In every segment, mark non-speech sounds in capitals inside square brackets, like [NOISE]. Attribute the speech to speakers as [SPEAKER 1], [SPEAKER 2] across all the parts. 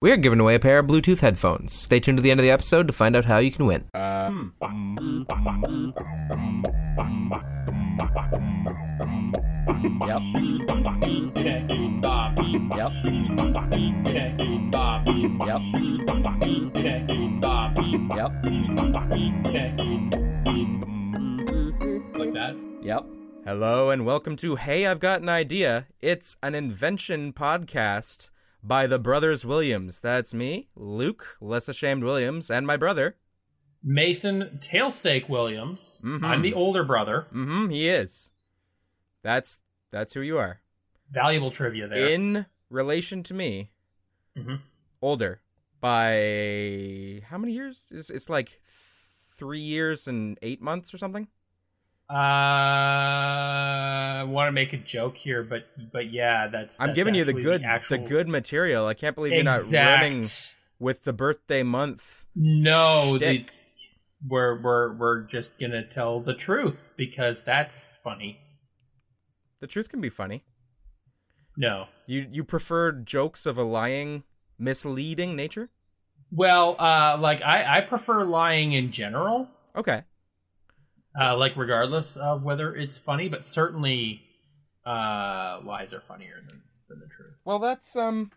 [SPEAKER 1] We are giving away a pair of Bluetooth headphones. Stay tuned to the end of the episode to find out how you can win.
[SPEAKER 2] Yep. Yep. Yep. Yep.
[SPEAKER 3] like that.
[SPEAKER 2] Yep.
[SPEAKER 1] Hello and welcome to Hey, I've Got an Idea. It's an invention podcast by the Brothers Williams. That's me, Luke, less ashamed Williams, and my brother.
[SPEAKER 3] Mason Tailstake Williams.
[SPEAKER 1] Mhm.
[SPEAKER 3] I'm the older brother.
[SPEAKER 1] Mm-hmm, he is. That's that's who you are.
[SPEAKER 3] Valuable trivia there.
[SPEAKER 1] In relation to me,
[SPEAKER 3] Mhm.
[SPEAKER 1] older by how many years? It's, it's like three years and eight months or something.
[SPEAKER 3] Uh, I want to make a joke here, but but yeah, that's.
[SPEAKER 1] I'm
[SPEAKER 3] that's
[SPEAKER 1] giving you the
[SPEAKER 3] actually
[SPEAKER 1] good,
[SPEAKER 3] actual
[SPEAKER 1] the good material. I can't believe you're not
[SPEAKER 3] exact.
[SPEAKER 1] running with the birthday month.
[SPEAKER 3] No, the,
[SPEAKER 1] shtick.
[SPEAKER 3] we're we're we're just gonna tell the truth because that's funny.
[SPEAKER 1] The truth can be funny.
[SPEAKER 3] No,
[SPEAKER 1] You you prefer jokes of a lying, misleading nature?
[SPEAKER 3] well, uh, like I I prefer lying in general.
[SPEAKER 1] Okay.
[SPEAKER 3] uh, like regardless of whether it's funny, but certainly uh, lies are funnier than, than the truth.
[SPEAKER 1] Well, that's um,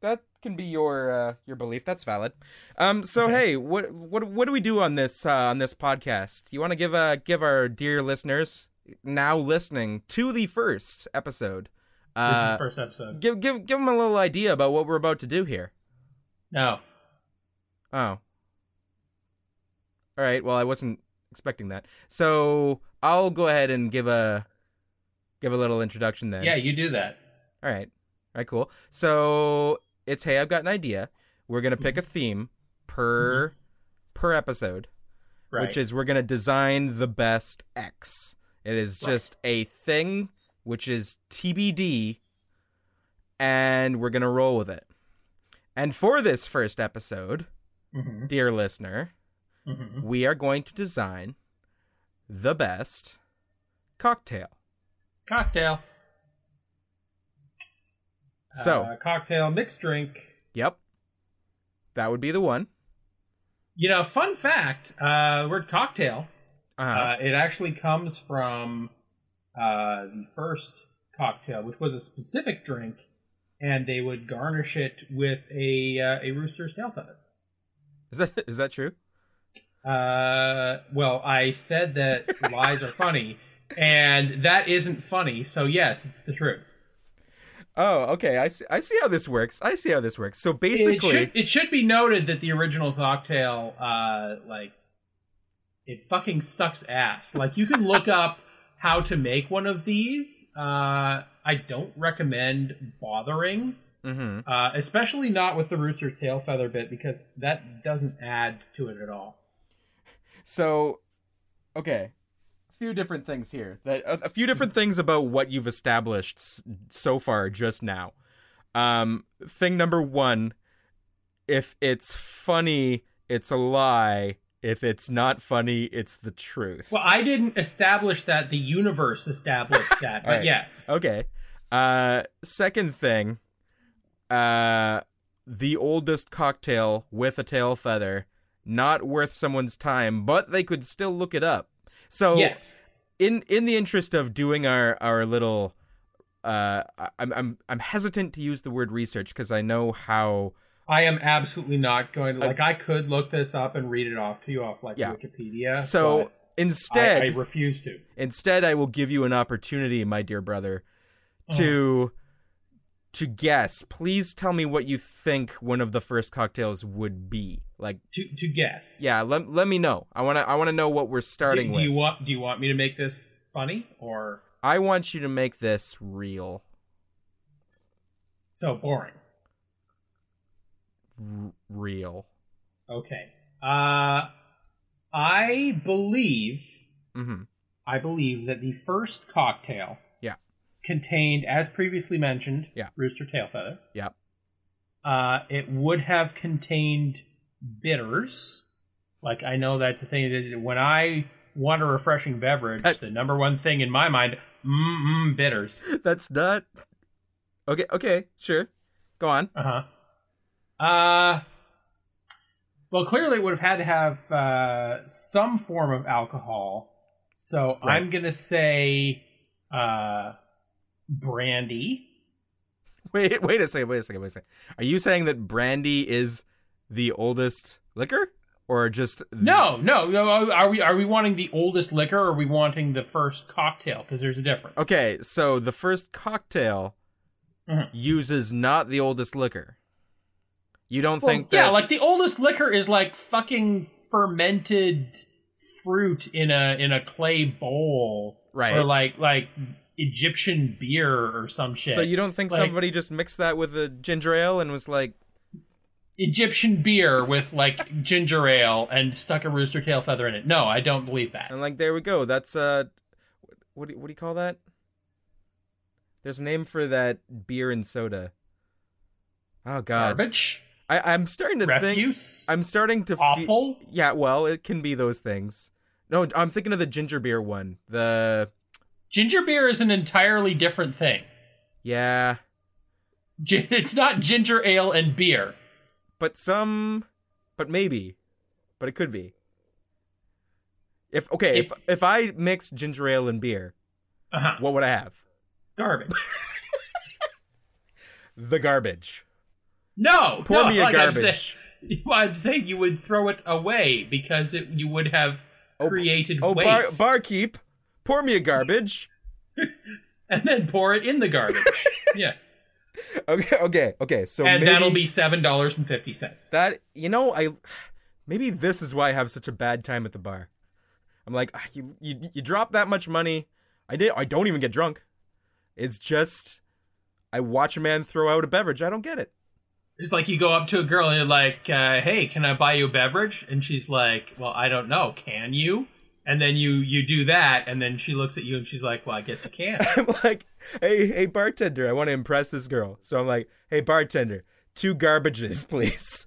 [SPEAKER 1] that can be your uh, your belief. That's valid. Um, so
[SPEAKER 3] Okay.
[SPEAKER 1] hey, what what what do we do on this uh, on this podcast? You want to give uh give our dear listeners now listening to the first episode,
[SPEAKER 3] This is
[SPEAKER 1] uh,
[SPEAKER 3] the first episode.
[SPEAKER 1] give give give them a little idea about what we're about to do here.
[SPEAKER 3] No,
[SPEAKER 1] Oh. All right. Well, I wasn't expecting that. So I'll go ahead and give a give a little introduction then.
[SPEAKER 3] yeah, you do that.
[SPEAKER 1] All right. All right. Cool. So it's hey, I've got an idea. We're gonna pick a
[SPEAKER 3] Mm-hmm.
[SPEAKER 1] theme per per episode,
[SPEAKER 3] Right.
[SPEAKER 1] which is we're gonna design the best X. It is
[SPEAKER 3] Right.
[SPEAKER 1] just a thing, which is TBD, and we're gonna roll with it. And for this first episode,
[SPEAKER 3] hmm
[SPEAKER 1] dear listener,
[SPEAKER 3] hmm
[SPEAKER 1] Mm-hmm. we are going to design the best cocktail.
[SPEAKER 3] cocktail.
[SPEAKER 1] So-
[SPEAKER 3] uh, cocktail mixed drink.
[SPEAKER 1] Yep. That would be the one.
[SPEAKER 3] You know, fun fact: uh, the word cocktail.
[SPEAKER 1] Uh-huh.
[SPEAKER 3] Uh, it actually comes from uh, the first cocktail, which was a specific drink, and they would garnish it with a uh, a rooster's tail feather.
[SPEAKER 1] Is that is that true?
[SPEAKER 3] Uh, well, I said that lies are funny, and that isn't funny. So yes, it's the truth.
[SPEAKER 1] Oh, okay. I see, I see how this works. I see how this works. So
[SPEAKER 3] It
[SPEAKER 1] basically,
[SPEAKER 3] should, it should be noted that the original cocktail, uh, like, it fucking sucks ass. Like, you can look up how to make one of these. Uh, I don't recommend bothering,
[SPEAKER 1] Mhm.
[SPEAKER 3] uh, especially not with the rooster's tail feather bit because that doesn't add to it at all.
[SPEAKER 1] So okay. A few different things here. That a, a few different
[SPEAKER 3] Hmm.
[SPEAKER 1] things about what you've established s- so far just now. Um thing number 1, if it's funny, it's a lie. If it's not funny, it's the truth.
[SPEAKER 3] Well, I didn't establish that. The universe established
[SPEAKER 1] [LAUGHS]
[SPEAKER 3] that. But
[SPEAKER 1] All right.
[SPEAKER 3] yes.
[SPEAKER 1] Okay. Uh second thing, uh the oldest cocktail with a tail feather, not worth someone's time, but they could still look it up. So
[SPEAKER 3] Yes.
[SPEAKER 1] in in the interest of doing our our little uh I- I'm I'm I'm hesitant to use the word research cuz I know how
[SPEAKER 3] I am absolutely not going to like I could look this up and read it off to you off like
[SPEAKER 1] Yeah.
[SPEAKER 3] Wikipedia.
[SPEAKER 1] so
[SPEAKER 3] but I,
[SPEAKER 1] instead
[SPEAKER 3] I refuse to.
[SPEAKER 1] Instead, I will give you an opportunity, my dear brother,
[SPEAKER 3] Uh-huh.
[SPEAKER 1] to to guess. Please tell me what you think one of the first cocktails would be. Like,
[SPEAKER 3] To to guess.
[SPEAKER 1] yeah, let, let me know. I wanna I wanna know what we're
[SPEAKER 3] Do,
[SPEAKER 1] starting
[SPEAKER 3] do
[SPEAKER 1] with.
[SPEAKER 3] you want do you want me to make this funny or
[SPEAKER 1] I want you to make this real.
[SPEAKER 3] so boring?
[SPEAKER 1] R- real.
[SPEAKER 3] Okay. Uh I believe
[SPEAKER 1] Mm-hmm.
[SPEAKER 3] I believe that the first cocktail
[SPEAKER 1] Yeah.
[SPEAKER 3] contained, as previously mentioned,
[SPEAKER 1] Yeah.
[SPEAKER 3] rooster tail feather.
[SPEAKER 1] Yeah.
[SPEAKER 3] Uh, it would have contained bitters. Like I know that's a thing that when I want a refreshing beverage,
[SPEAKER 1] That's-
[SPEAKER 3] the number one thing in my mind, mm
[SPEAKER 1] [LAUGHS]
[SPEAKER 3] mm, bitters.
[SPEAKER 1] That's not Okay, okay, sure. Go on. [LAUGHS]
[SPEAKER 3] Uh huh. Uh, well, clearly it would have had to have uh, some form of alcohol. So
[SPEAKER 1] Right.
[SPEAKER 3] I'm gonna say uh, brandy.
[SPEAKER 1] Wait, wait a second, wait a second, wait a second. Are you saying that brandy is the oldest liquor, or just the-
[SPEAKER 3] No, no, no. Are we are we wanting the oldest liquor, or are we wanting the first cocktail? Because there's a difference.
[SPEAKER 1] Okay, so the first cocktail
[SPEAKER 3] Mhm.
[SPEAKER 1] uses not the oldest liquor. You don't
[SPEAKER 3] Well,
[SPEAKER 1] think that?
[SPEAKER 3] yeah, like the oldest liquor is like fucking fermented fruit in a in a clay bowl,
[SPEAKER 1] Right.
[SPEAKER 3] Or like like Egyptian beer or some shit.
[SPEAKER 1] so you don't think
[SPEAKER 3] Like-
[SPEAKER 1] somebody just mixed that with a ginger ale and was like,
[SPEAKER 3] Egyptian beer with like ginger ale and stuck a rooster tail feather in it. No, I don't believe that.
[SPEAKER 1] and like there we go. That's uh, what do, what do you call that? There's a name for that beer and soda. Oh God,
[SPEAKER 3] Garbage,
[SPEAKER 1] I, I'm starting to think.
[SPEAKER 3] refuse,
[SPEAKER 1] I'm starting to fe-
[SPEAKER 3] awful.
[SPEAKER 1] Yeah, well, it can be those things. No, I'm thinking of the ginger beer one. The
[SPEAKER 3] ginger beer is an entirely different thing.
[SPEAKER 1] yeah,
[SPEAKER 3] Gin- [LAUGHS] It's not ginger ale and beer.
[SPEAKER 1] but some, but maybe, but it could be. If okay, if
[SPEAKER 3] If-
[SPEAKER 1] if, I mix ginger ale and beer,
[SPEAKER 3] Uh-huh.
[SPEAKER 1] what would I have?
[SPEAKER 3] Garbage.
[SPEAKER 1] The garbage.
[SPEAKER 3] No,
[SPEAKER 1] Pour
[SPEAKER 3] no,
[SPEAKER 1] me a
[SPEAKER 3] like I'm saying-
[SPEAKER 1] garbage.
[SPEAKER 3] [LAUGHS] Well, I'm saying you would throw it away because it, you would have
[SPEAKER 1] Oh,
[SPEAKER 3] created
[SPEAKER 1] Oh, bar,
[SPEAKER 3] waste
[SPEAKER 1] barkeep, pour me a garbage. [LAUGHS]
[SPEAKER 3] and then pour it in the garbage. yeah,
[SPEAKER 1] Okay, okay, okay. So
[SPEAKER 3] and
[SPEAKER 1] maybe
[SPEAKER 3] that'll be seven dollars and fifty cents.
[SPEAKER 1] that. You know, I maybe this is why I have such a bad time at the bar. I'm like, "Ah, you you, you drop that much money. I did. I don't even get drunk. It's just I watch a man throw out a beverage. I don't get it.
[SPEAKER 3] It's like you go up to a girl and you're like, uh, "Hey, can I buy you a beverage?" And she's like, "Well, I don't know. Can you?" And then you you do that, and then she looks at you and she's like, "Well, I guess you can."
[SPEAKER 1] I'm [LAUGHS] like, hey, hey, bartender, I want to impress this girl. So I'm like, hey, bartender, two garbages, [LAUGHS] please.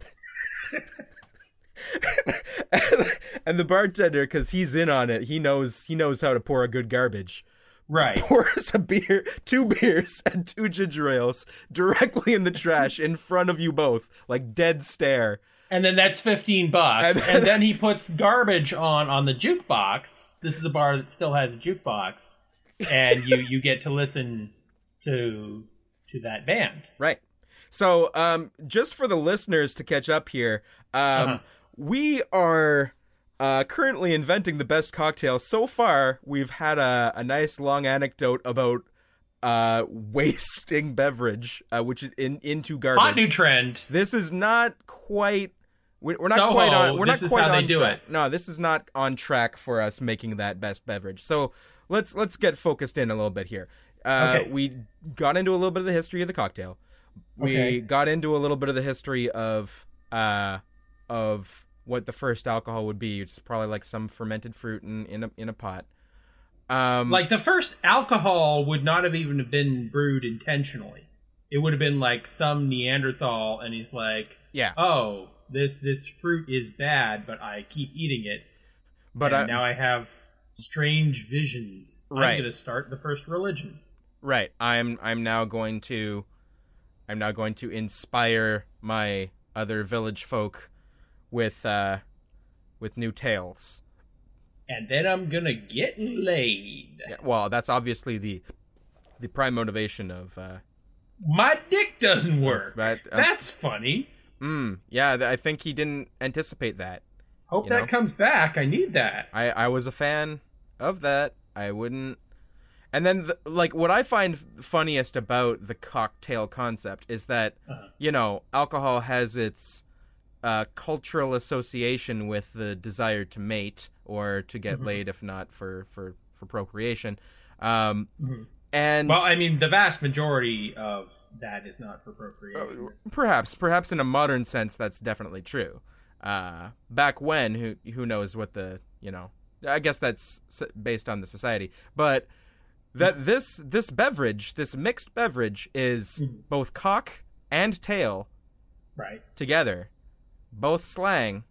[SPEAKER 1] and the bartender, because he's in on it, he knows he knows how to pour a good garbage. [LAUGHS]
[SPEAKER 3] right.
[SPEAKER 1] Pours a beer, two beers, and two ginger ales directly in the trash in front of you both, like dead stare.
[SPEAKER 3] And then that's 15 bucks.
[SPEAKER 1] And-
[SPEAKER 3] and then he puts garbage on on the jukebox. This is a bar that still has a jukebox and you you get to listen to to that band.
[SPEAKER 1] Right. So, um, just for the listeners to catch up here, um,
[SPEAKER 3] Uh-huh.
[SPEAKER 1] we are uh, currently inventing the best cocktail. So far, we've had a, a nice long anecdote about uh, [LAUGHS] wasting beverage, uh, which is in, into garbage.
[SPEAKER 3] Hot new trend.
[SPEAKER 1] This is not quite. We're we're not
[SPEAKER 3] Soho,
[SPEAKER 1] quite on. We're
[SPEAKER 3] this
[SPEAKER 1] not
[SPEAKER 3] is
[SPEAKER 1] quite
[SPEAKER 3] how they
[SPEAKER 1] on
[SPEAKER 3] do
[SPEAKER 1] track. No, this is not on track for us making that best beverage. So let's let's get focused in a little bit here. Uh,
[SPEAKER 3] Okay.
[SPEAKER 1] We got into a little bit of the history of the cocktail. We
[SPEAKER 3] Okay.
[SPEAKER 1] got into a little bit of the history of uh, of what the first alcohol would be. It's probably like some fermented fruit in in a, in a pot. Um,
[SPEAKER 3] Like the first alcohol would not have even been brewed intentionally. It would have been like some Neanderthal and he's like,
[SPEAKER 1] yeah,
[SPEAKER 3] "Oh, this this fruit is bad, but I keep eating it
[SPEAKER 1] but
[SPEAKER 3] and
[SPEAKER 1] I,
[SPEAKER 3] now I have strange visions.
[SPEAKER 1] Right.
[SPEAKER 3] I'm going to start the first religion."
[SPEAKER 1] Right. I'm I'm now going to I'm now going to inspire my other village folk with uh with new tales.
[SPEAKER 3] and then I'm gonna get laid.
[SPEAKER 1] Yeah, well, that's obviously the the prime motivation of uh
[SPEAKER 3] My dick doesn't work.
[SPEAKER 1] but uh,
[SPEAKER 3] That's funny.
[SPEAKER 1] mm, yeah, th- I think he didn't anticipate that.
[SPEAKER 3] Hope
[SPEAKER 1] you
[SPEAKER 3] that
[SPEAKER 1] know?
[SPEAKER 3] comes back. I need that.
[SPEAKER 1] I I was a fan of that. I wouldn't and then, the, like, what I find funniest about the cocktail concept is that
[SPEAKER 3] Uh-huh.
[SPEAKER 1] you know, alcohol has its uh, cultural association with the desire to mate or to get
[SPEAKER 3] Mhm.
[SPEAKER 1] laid, if not for for for procreation. Um,
[SPEAKER 3] Mhm.
[SPEAKER 1] and
[SPEAKER 3] Well, I mean, the vast majority of that is not for procreation.
[SPEAKER 1] uh, perhaps, perhaps in a modern sense, that's definitely true. Uh, back when, who who knows what the you know? I guess that's s- based on the society, but that this this beverage, this mixed beverage, is
[SPEAKER 3] Mhm.
[SPEAKER 1] both cock and tail
[SPEAKER 3] right?
[SPEAKER 1] together, both slang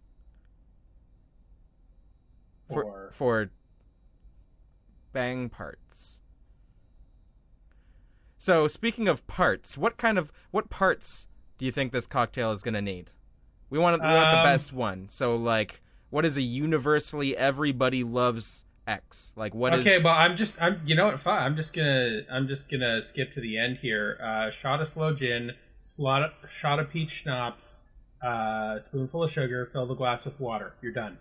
[SPEAKER 1] for,
[SPEAKER 3] Or
[SPEAKER 1] for bang parts. So speaking of parts, what kind of what parts do you think this cocktail is gonna need? We want we want the
[SPEAKER 3] Um,
[SPEAKER 1] best one. So like, what is a universally everybody loves X? Like what is?
[SPEAKER 3] okay, well, I'm just, I'm, you know what? Fine. I'm just gonna, I'm just gonna skip to the end here. Uh, shot of slow gin, slot, shot of peach schnapps, uh, spoonful of sugar, fill the glass with water. You're done.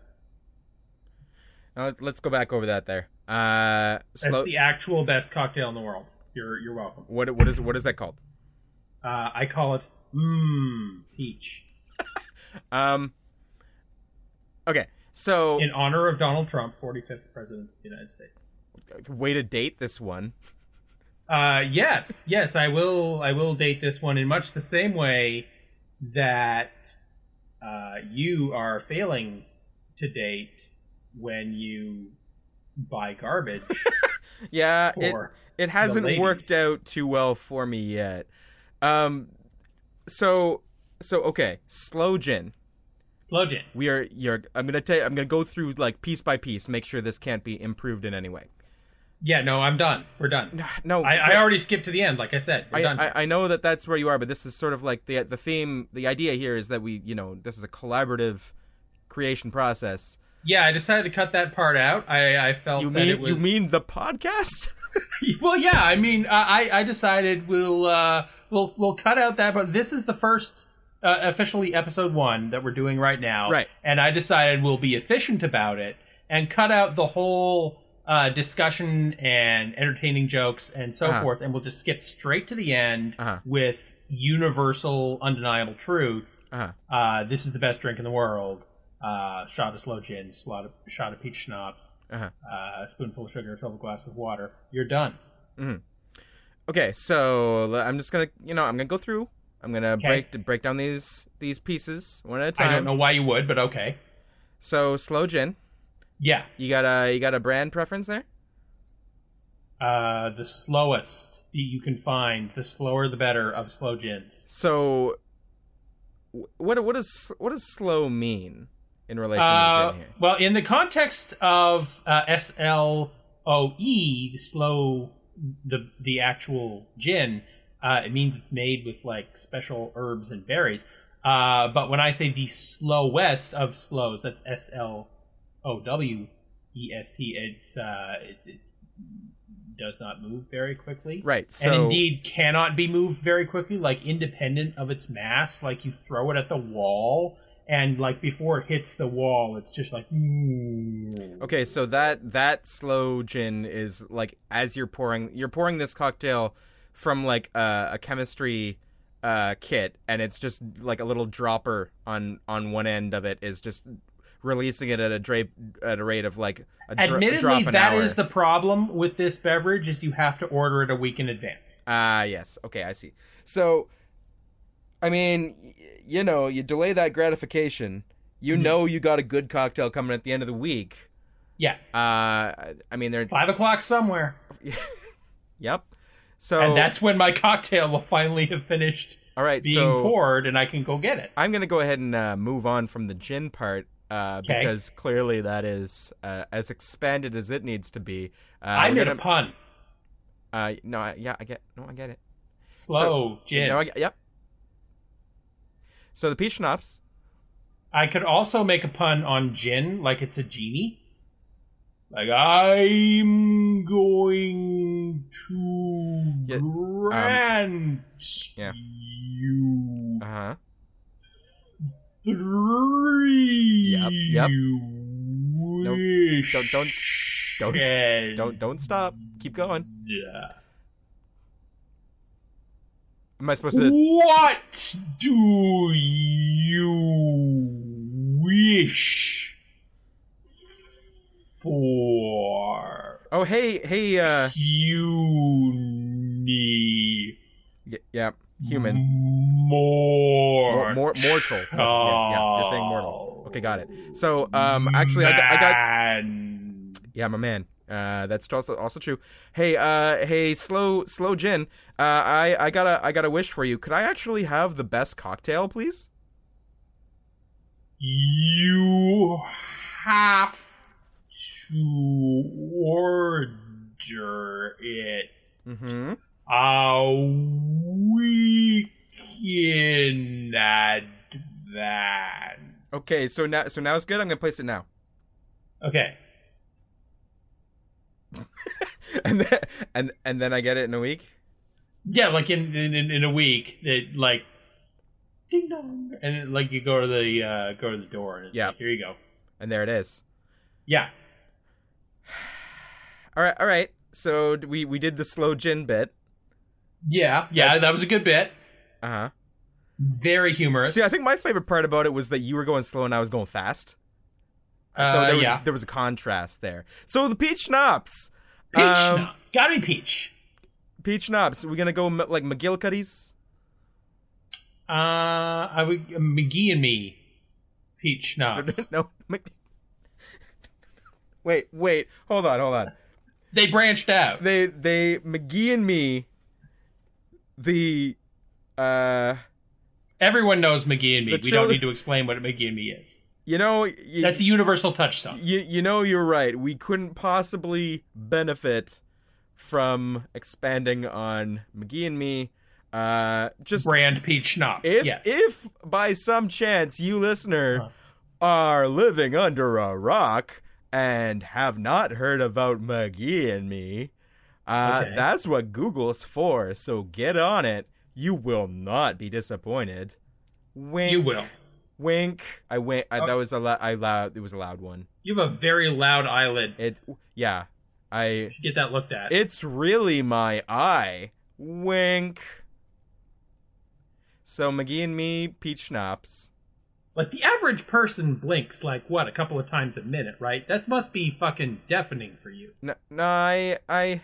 [SPEAKER 1] Uh, let's go back over that there. Uh,
[SPEAKER 3] That's
[SPEAKER 1] slow.
[SPEAKER 3] the actual best cocktail in the world. You're, you're welcome.
[SPEAKER 1] What what is what is that called?
[SPEAKER 3] Uh, I call it mmm peach
[SPEAKER 1] Um. Okay, so
[SPEAKER 3] in honor of Donald Trump, 45th president of the United States.
[SPEAKER 1] way to date this one.
[SPEAKER 3] Uh, yes, yes, I will. I will date this one in much the same way that uh, you are failing to date when you buy garbage
[SPEAKER 1] Yeah, [LAUGHS] it,
[SPEAKER 3] for.
[SPEAKER 1] it hasn't
[SPEAKER 3] ladies.
[SPEAKER 1] worked out too well for me yet. Um, so so okay, slow gin.
[SPEAKER 3] Slow gin.
[SPEAKER 1] We are you're. I'm gonna tell. I'm gonna go through like piece by piece, make sure this can't be improved in any way.
[SPEAKER 3] Yeah, no, I'm done. We're done.
[SPEAKER 1] No, no
[SPEAKER 3] I, I already skipped to the end, like I said. We're
[SPEAKER 1] I,
[SPEAKER 3] done.
[SPEAKER 1] I, I know that that's where you are, but this is sort of like the the theme. The idea here is that we, you know, this is a collaborative creation process.
[SPEAKER 3] yeah, I decided to cut that part out. I, I felt
[SPEAKER 1] You
[SPEAKER 3] that it
[SPEAKER 1] mean
[SPEAKER 3] was...
[SPEAKER 1] you mean the podcast? [LAUGHS]
[SPEAKER 3] well, yeah. I mean, I I decided we'll uh, we'll we'll cut out that, but this is the first uh, officially episode one that we're doing right now,
[SPEAKER 1] Right.
[SPEAKER 3] And I decided we'll be efficient about it and cut out the whole uh, discussion and entertaining jokes and so
[SPEAKER 1] Uh-huh.
[SPEAKER 3] forth, and we'll just skip straight to the end
[SPEAKER 1] Uh-huh.
[SPEAKER 3] with universal, undeniable truth.
[SPEAKER 1] Uh-huh.
[SPEAKER 3] Uh, this is the best drink in the world. Uh, shot of slow gin, slot of, shot of peach schnapps,
[SPEAKER 1] Uh-huh.
[SPEAKER 3] uh, a spoonful of sugar, fill the glass with water. You're done.
[SPEAKER 1] Okay, so l- I'm just gonna, you know, I'm gonna go through. I'm gonna
[SPEAKER 3] Okay.
[SPEAKER 1] break break down these these pieces one at a
[SPEAKER 3] I don't
[SPEAKER 1] time.
[SPEAKER 3] know why you would, but okay.
[SPEAKER 1] So slow gin.
[SPEAKER 3] Yeah,
[SPEAKER 1] You got a you got a brand preference there?
[SPEAKER 3] uh, the slowest that you can find, the slower the better of slow gins.
[SPEAKER 1] So, wh- what what does what does slow mean in relation
[SPEAKER 3] Uh,
[SPEAKER 1] to gin here?
[SPEAKER 3] well, in the context of uh, S L O E, the slow, the the actual gin, uh, it means it's made with like special herbs and berries. Uh, but when I say the slowest of slows, that's S L O W E S T. It's uh, it, it does not move very quickly.
[SPEAKER 1] Right. So
[SPEAKER 3] and indeed cannot be moved very quickly, like independent of its mass. Like you throw it at the wall, and like before it hits the wall, it's just like. "Mm."
[SPEAKER 1] Okay, so that that slow gin is like as you're pouring you're pouring this cocktail from like a, a chemistry uh, kit, and it's just like a little dropper on on one end of it is just releasing it at a dra- at a rate of like a, dro- a
[SPEAKER 3] Admittedly,
[SPEAKER 1] drop
[SPEAKER 3] that
[SPEAKER 1] an
[SPEAKER 3] is
[SPEAKER 1] hour.
[SPEAKER 3] the problem with this beverage: is you have to order it a week in advance.
[SPEAKER 1] ah yes okay I see so I mean y- you know you delay that gratification you
[SPEAKER 3] Mhm.
[SPEAKER 1] know you got a good cocktail coming at the end of the week
[SPEAKER 3] Yeah,
[SPEAKER 1] uh I mean they're
[SPEAKER 3] it's five o'clock somewhere,
[SPEAKER 1] yep so
[SPEAKER 3] and that's when my cocktail will finally have finished
[SPEAKER 1] all right
[SPEAKER 3] being
[SPEAKER 1] so
[SPEAKER 3] poured, and I can go get it.
[SPEAKER 1] I'm gonna go ahead and uh, move on from the gin part uh,
[SPEAKER 3] 'Kay.
[SPEAKER 1] because clearly that is uh, as expanded as it needs to be. Uh,
[SPEAKER 3] I
[SPEAKER 1] we're
[SPEAKER 3] made a
[SPEAKER 1] gonna,
[SPEAKER 3] pun.
[SPEAKER 1] uh, no, I, yeah, I get, no, I get it.
[SPEAKER 3] Slow gin.
[SPEAKER 1] No, I get, yep. So the peach schnapps.
[SPEAKER 3] I could also make a pun on gin, like it's a genie. Like I'm going to
[SPEAKER 1] Yeah, um,
[SPEAKER 3] grant
[SPEAKER 1] yeah.
[SPEAKER 3] you
[SPEAKER 1] Uh huh.
[SPEAKER 3] three
[SPEAKER 1] Yep, yep. Nope.
[SPEAKER 3] wishes.
[SPEAKER 1] Don't- don't- don't- don't- don't stop. Keep going. Am I supposed to?
[SPEAKER 3] What do you wish for?
[SPEAKER 1] Oh, hey, hey, uh,
[SPEAKER 3] Puny
[SPEAKER 1] y- yeah, human,
[SPEAKER 3] More.
[SPEAKER 1] Mor- mor- mortal. Yeah, yeah, you're saying mortal. Okay, got it. So, um, actually, I got, I got,
[SPEAKER 3] Man.
[SPEAKER 1] Yeah, my man. Uh, that's also also true. Hey, uh, hey, slow, slow gin. Uh, I I got a I got a wish for you. Could I actually have the best cocktail, please?
[SPEAKER 3] You have to order it
[SPEAKER 1] Mm-hmm.
[SPEAKER 3] a week in advance.
[SPEAKER 1] Okay, so now so now it's good. I'm gonna place it now. [LAUGHS]
[SPEAKER 3] Okay.
[SPEAKER 1] and then, and and then I get it in a week.
[SPEAKER 3] Yeah, like in in, in in a week, it like ding dong, and it, like you go to the uh, go to the door, and it's
[SPEAKER 1] Yeah.
[SPEAKER 3] like, here you go.
[SPEAKER 1] And there it is. [SIGHS]
[SPEAKER 3] Yeah,
[SPEAKER 1] All right, all right. So d- we we did the slow gin bit.
[SPEAKER 3] yeah, yeah. That was a good bit.
[SPEAKER 1] Uh huh.
[SPEAKER 3] Very humorous.
[SPEAKER 1] See, I think my favorite part about it was that you were going slow and I was going fast. so
[SPEAKER 3] Uh,
[SPEAKER 1] there was
[SPEAKER 3] yeah.
[SPEAKER 1] there was a contrast there. So the peach schnapps.
[SPEAKER 3] Peach.
[SPEAKER 1] Um,
[SPEAKER 3] no, it's gotta be peach.
[SPEAKER 1] Peach schnapps. We're gonna go m- like McGillicuddy's.
[SPEAKER 3] Uh, I would uh, McGee and me, peach
[SPEAKER 1] [LAUGHS]
[SPEAKER 3] schnapps.
[SPEAKER 1] no. Mc- wait, wait. Hold on, hold on.
[SPEAKER 3] they branched out.
[SPEAKER 1] They they McGee and me. The, uh,
[SPEAKER 3] Everyone knows McGee and me.
[SPEAKER 1] The
[SPEAKER 3] we don't
[SPEAKER 1] children-
[SPEAKER 3] need to explain what McGee and me is.
[SPEAKER 1] you know, you,
[SPEAKER 3] That's a universal touchstone.
[SPEAKER 1] you you know you're right. We couldn't possibly benefit from expanding on McGee and me. Uh, just
[SPEAKER 3] Brand peach schnapps.
[SPEAKER 1] if
[SPEAKER 3] yes. Uh-huh.
[SPEAKER 1] if by some chance you listener
[SPEAKER 3] Huh.
[SPEAKER 1] are living under a rock and have not heard about McGee and me, uh,
[SPEAKER 3] Okay.
[SPEAKER 1] that's what Google's for. So get on it. You will not be disappointed. Wink.
[SPEAKER 3] you will.
[SPEAKER 1] Wink. I went. I,
[SPEAKER 3] Oh.
[SPEAKER 1] That was a loud. I loud. It was a loud one.
[SPEAKER 3] You have a very loud eyelid.
[SPEAKER 1] It. Yeah. I.
[SPEAKER 3] Get that looked at.
[SPEAKER 1] It's really my eye. Wink. So McGee and me, peach schnapps.
[SPEAKER 3] like the average person blinks like what a couple of times a minute, right? That must be fucking deafening for you.
[SPEAKER 1] No, no, I, I,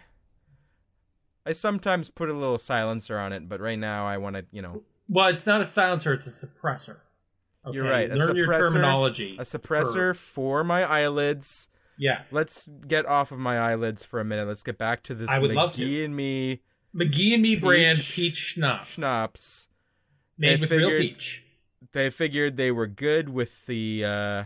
[SPEAKER 1] I sometimes put a little silencer on it, but right now I want to, you know,
[SPEAKER 3] Well, it's not a silencer; it's a suppressor.
[SPEAKER 1] You're right, a
[SPEAKER 3] Learn your
[SPEAKER 1] suppressor-
[SPEAKER 3] terminology.
[SPEAKER 1] a suppressor for my eyelids.
[SPEAKER 3] yeah,
[SPEAKER 1] Let's get off of my eyelids for a minute. Let's get back to this
[SPEAKER 3] I would
[SPEAKER 1] McGee
[SPEAKER 3] love to.
[SPEAKER 1] and me
[SPEAKER 3] McGee and me brand
[SPEAKER 1] Peach
[SPEAKER 3] peach schnapps,
[SPEAKER 1] schnapps.
[SPEAKER 3] made
[SPEAKER 1] I
[SPEAKER 3] with real
[SPEAKER 1] figured-
[SPEAKER 3] peach.
[SPEAKER 1] They figured they were good with the, uh,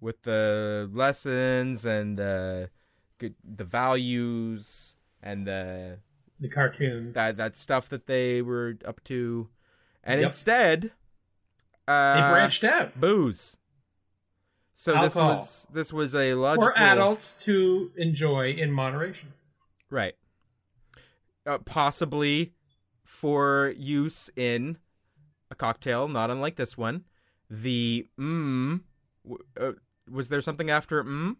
[SPEAKER 1] with the lessons and the, good, the values and the
[SPEAKER 3] The cartoons.
[SPEAKER 1] that that stuff that they were up to, and
[SPEAKER 3] Yep.
[SPEAKER 1] instead,
[SPEAKER 3] they
[SPEAKER 1] uh,
[SPEAKER 3] branched out
[SPEAKER 1] booze. So
[SPEAKER 3] Alcohol.
[SPEAKER 1] this was this was a logical
[SPEAKER 3] for adults to enjoy in moderation.
[SPEAKER 1] right? Uh, possibly for use in a cocktail, not unlike this one. The mmm. W- uh, was there something after mmm?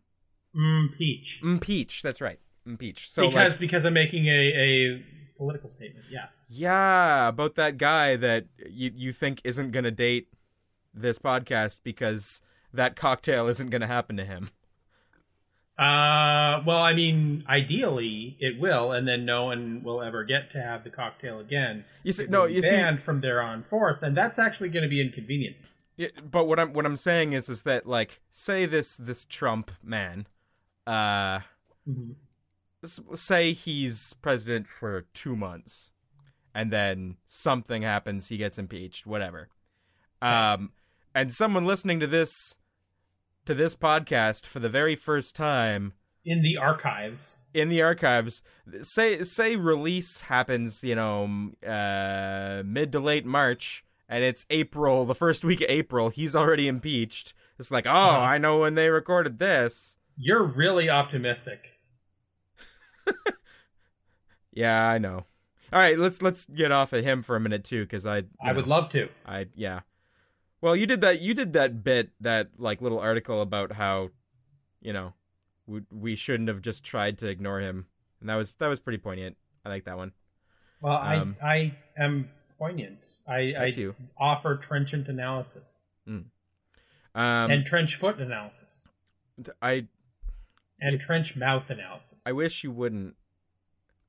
[SPEAKER 3] Mm, peach.
[SPEAKER 1] Mmm peach. That's right. Mmm peach. So like,
[SPEAKER 3] because because I'm making a, a political statement. Yeah.
[SPEAKER 1] Yeah, about that guy that you you think isn't gonna date this podcast because that cocktail isn't gonna happen to him.
[SPEAKER 3] Uh, well, I mean, ideally it will, and then no one will ever get to have the cocktail again.
[SPEAKER 1] You see,
[SPEAKER 3] It
[SPEAKER 1] no,
[SPEAKER 3] will be
[SPEAKER 1] you see,
[SPEAKER 3] banned from there on forth, and that's actually going to be inconvenient.
[SPEAKER 1] yeah, but what I'm what I'm saying is is that like say this this Trump man, uh,
[SPEAKER 3] Mhm.
[SPEAKER 1] s- say he's president for two months, and then something happens, he gets impeached, whatever. Um, and someone listening to this to this podcast for the very first time
[SPEAKER 3] In the archives,
[SPEAKER 1] in the archives say say release happens you know m- uh mid to late march and it's april the first week of april he's already impeached it's like oh
[SPEAKER 3] Uh-huh.
[SPEAKER 1] i know when they recorded this
[SPEAKER 3] you're really optimistic.
[SPEAKER 1] yeah i know all right let's let's get off of him for a minute too because i you
[SPEAKER 3] I would
[SPEAKER 1] know,
[SPEAKER 3] love to.
[SPEAKER 1] i yeah well you did that you did that bit that like little article about how you know we, we shouldn't have just tried to ignore him and that was that was pretty poignant i like that one
[SPEAKER 3] Well,
[SPEAKER 1] Um,
[SPEAKER 3] I I am poignant. I,
[SPEAKER 1] that
[SPEAKER 3] I
[SPEAKER 1] too
[SPEAKER 3] offer trenchant analysis
[SPEAKER 1] um
[SPEAKER 3] and trench foot analysis
[SPEAKER 1] i
[SPEAKER 3] and trench mouth analysis.
[SPEAKER 1] I wish you wouldn't.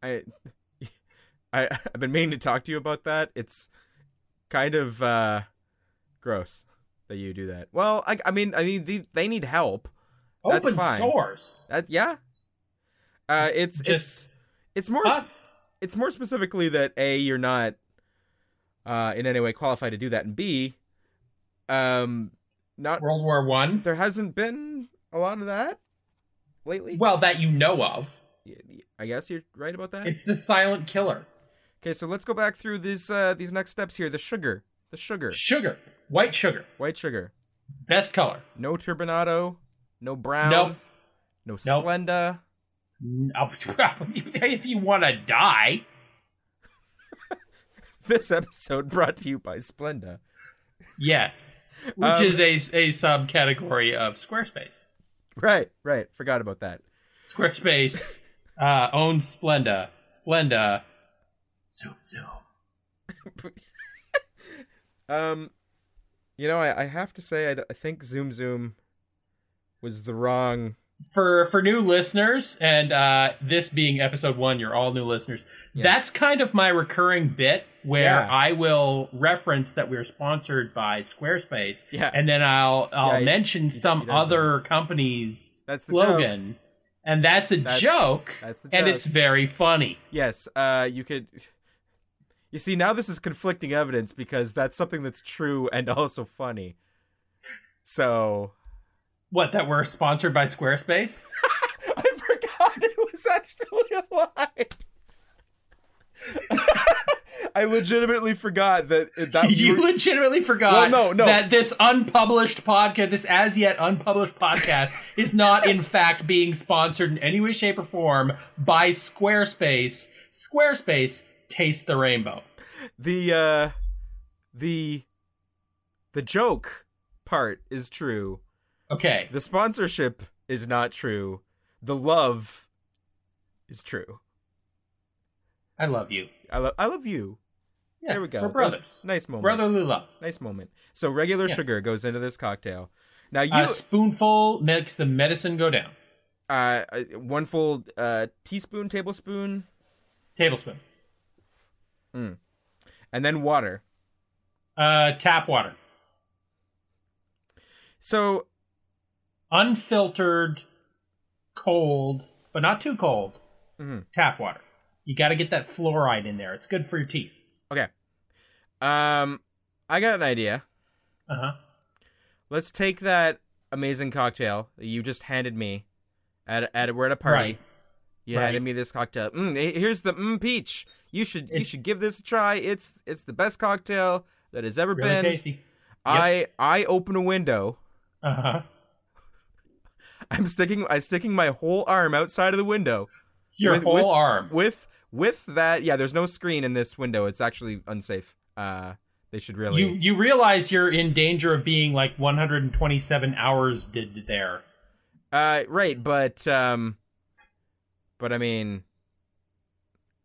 [SPEAKER 1] I, [LAUGHS] I, I've been meaning to talk to you about that. It's kind of uh, gross that you do that. Well, I, I mean, I mean, they, they need help. that's
[SPEAKER 3] open
[SPEAKER 1] fine.
[SPEAKER 3] source.
[SPEAKER 1] That, yeah. Uh, it's
[SPEAKER 3] Just
[SPEAKER 1] it's it's more
[SPEAKER 3] us.
[SPEAKER 1] it's more specifically that a you're not uh, in any way qualified to do that, and b, um, not
[SPEAKER 3] World War One.
[SPEAKER 1] there hasn't been a lot of that lately.
[SPEAKER 3] Well, that you know of.
[SPEAKER 1] I guess you're right about that.
[SPEAKER 3] It's the silent killer.
[SPEAKER 1] Okay, so let's go back through these uh, these next steps here. The sugar, the sugar,
[SPEAKER 3] Sugar, white sugar,
[SPEAKER 1] white sugar.
[SPEAKER 3] best color.
[SPEAKER 1] No turbinado, no brown,
[SPEAKER 3] Nope.
[SPEAKER 1] no Splenda. [LAUGHS]
[SPEAKER 3] No. [LAUGHS] if you want to die,
[SPEAKER 1] This episode brought to you by Splenda.
[SPEAKER 3] yes, which
[SPEAKER 1] Um,
[SPEAKER 3] is a a subcategory of Squarespace.
[SPEAKER 1] Right, right. Forgot about that.
[SPEAKER 3] Squarespace uh, owns Splenda. Splenda. Zoom zoom.
[SPEAKER 1] Um, you know, I, I have to say, I, d- I think Zoom Zoom was the wrong.
[SPEAKER 3] For for new listeners, and uh, this being episode one, you're all new listeners.
[SPEAKER 1] Yeah.
[SPEAKER 3] That's kind of my recurring bit where
[SPEAKER 1] Yeah.
[SPEAKER 3] I will reference that we're sponsored by Squarespace,
[SPEAKER 1] Yeah,
[SPEAKER 3] and then I'll I'll
[SPEAKER 1] he-
[SPEAKER 3] mention
[SPEAKER 1] he
[SPEAKER 3] some
[SPEAKER 1] does
[SPEAKER 3] other company's
[SPEAKER 1] That's the
[SPEAKER 3] slogan, and that's a
[SPEAKER 1] That's-
[SPEAKER 3] joke,
[SPEAKER 1] that's the
[SPEAKER 3] and
[SPEAKER 1] joke.
[SPEAKER 3] it's very funny.
[SPEAKER 1] yes. Uh, you could. You see, now this is conflicting evidence because that's something that's true and [LAUGHS] also funny. So
[SPEAKER 3] What that we're sponsored by Squarespace?
[SPEAKER 1] I forgot it was actually a lie. I legitimately forgot that [LAUGHS] that
[SPEAKER 3] [LAUGHS] you
[SPEAKER 1] were-
[SPEAKER 3] legitimately
[SPEAKER 1] Well,
[SPEAKER 3] forgot
[SPEAKER 1] no, no.
[SPEAKER 3] that this unpublished podcast, this as yet unpublished
[SPEAKER 1] [LAUGHS]
[SPEAKER 3] podcast, is not in fact being sponsored in any way, shape, or form by Squarespace. Squarespace, taste the rainbow.
[SPEAKER 1] the uh the the joke part is true.
[SPEAKER 3] Okay,
[SPEAKER 1] The sponsorship is not true. The love is true.
[SPEAKER 3] I love you.
[SPEAKER 1] I love I love you.
[SPEAKER 3] Yeah,
[SPEAKER 1] there we go.
[SPEAKER 3] We're
[SPEAKER 1] That
[SPEAKER 3] brothers.
[SPEAKER 1] was a Nice moment.
[SPEAKER 3] Brotherly love.
[SPEAKER 1] Nice moment. So regular
[SPEAKER 3] Yeah.
[SPEAKER 1] sugar goes into this cocktail. Now you
[SPEAKER 3] A spoonful makes the medicine go down.
[SPEAKER 1] uh, uh one full uh teaspoon tablespoon
[SPEAKER 3] Tablespoon.
[SPEAKER 1] and then water.
[SPEAKER 3] Uh, tap water.
[SPEAKER 1] So
[SPEAKER 3] Unfiltered, cold, but not too cold.
[SPEAKER 1] Mhm.
[SPEAKER 3] Tap water. You got to get that fluoride in there. It's good for your teeth.
[SPEAKER 1] okay. Um I got an idea.
[SPEAKER 3] Uh huh.
[SPEAKER 1] Let's take that amazing cocktail that you just handed me at at we're at a party.
[SPEAKER 3] Right.
[SPEAKER 1] You
[SPEAKER 3] Right.
[SPEAKER 1] handed me this cocktail. Mm, he- here's the mm, peach. You should you
[SPEAKER 3] It's-
[SPEAKER 1] should give this a try. It's it's the best cocktail that has ever
[SPEAKER 3] Really
[SPEAKER 1] been.
[SPEAKER 3] tasty.
[SPEAKER 1] I I open a window. [LAUGHS]
[SPEAKER 3] Uh huh.
[SPEAKER 1] I'm sticking I'm sticking my whole arm outside of the window
[SPEAKER 3] Your
[SPEAKER 1] With-
[SPEAKER 3] whole
[SPEAKER 1] with-
[SPEAKER 3] arm.
[SPEAKER 1] with with that. Yeah, there's no screen in this window. It's actually unsafe. Uh, they should really.
[SPEAKER 3] You you realize you're in danger of being like 127 hours did there.
[SPEAKER 1] Uh, right, but um, but I mean,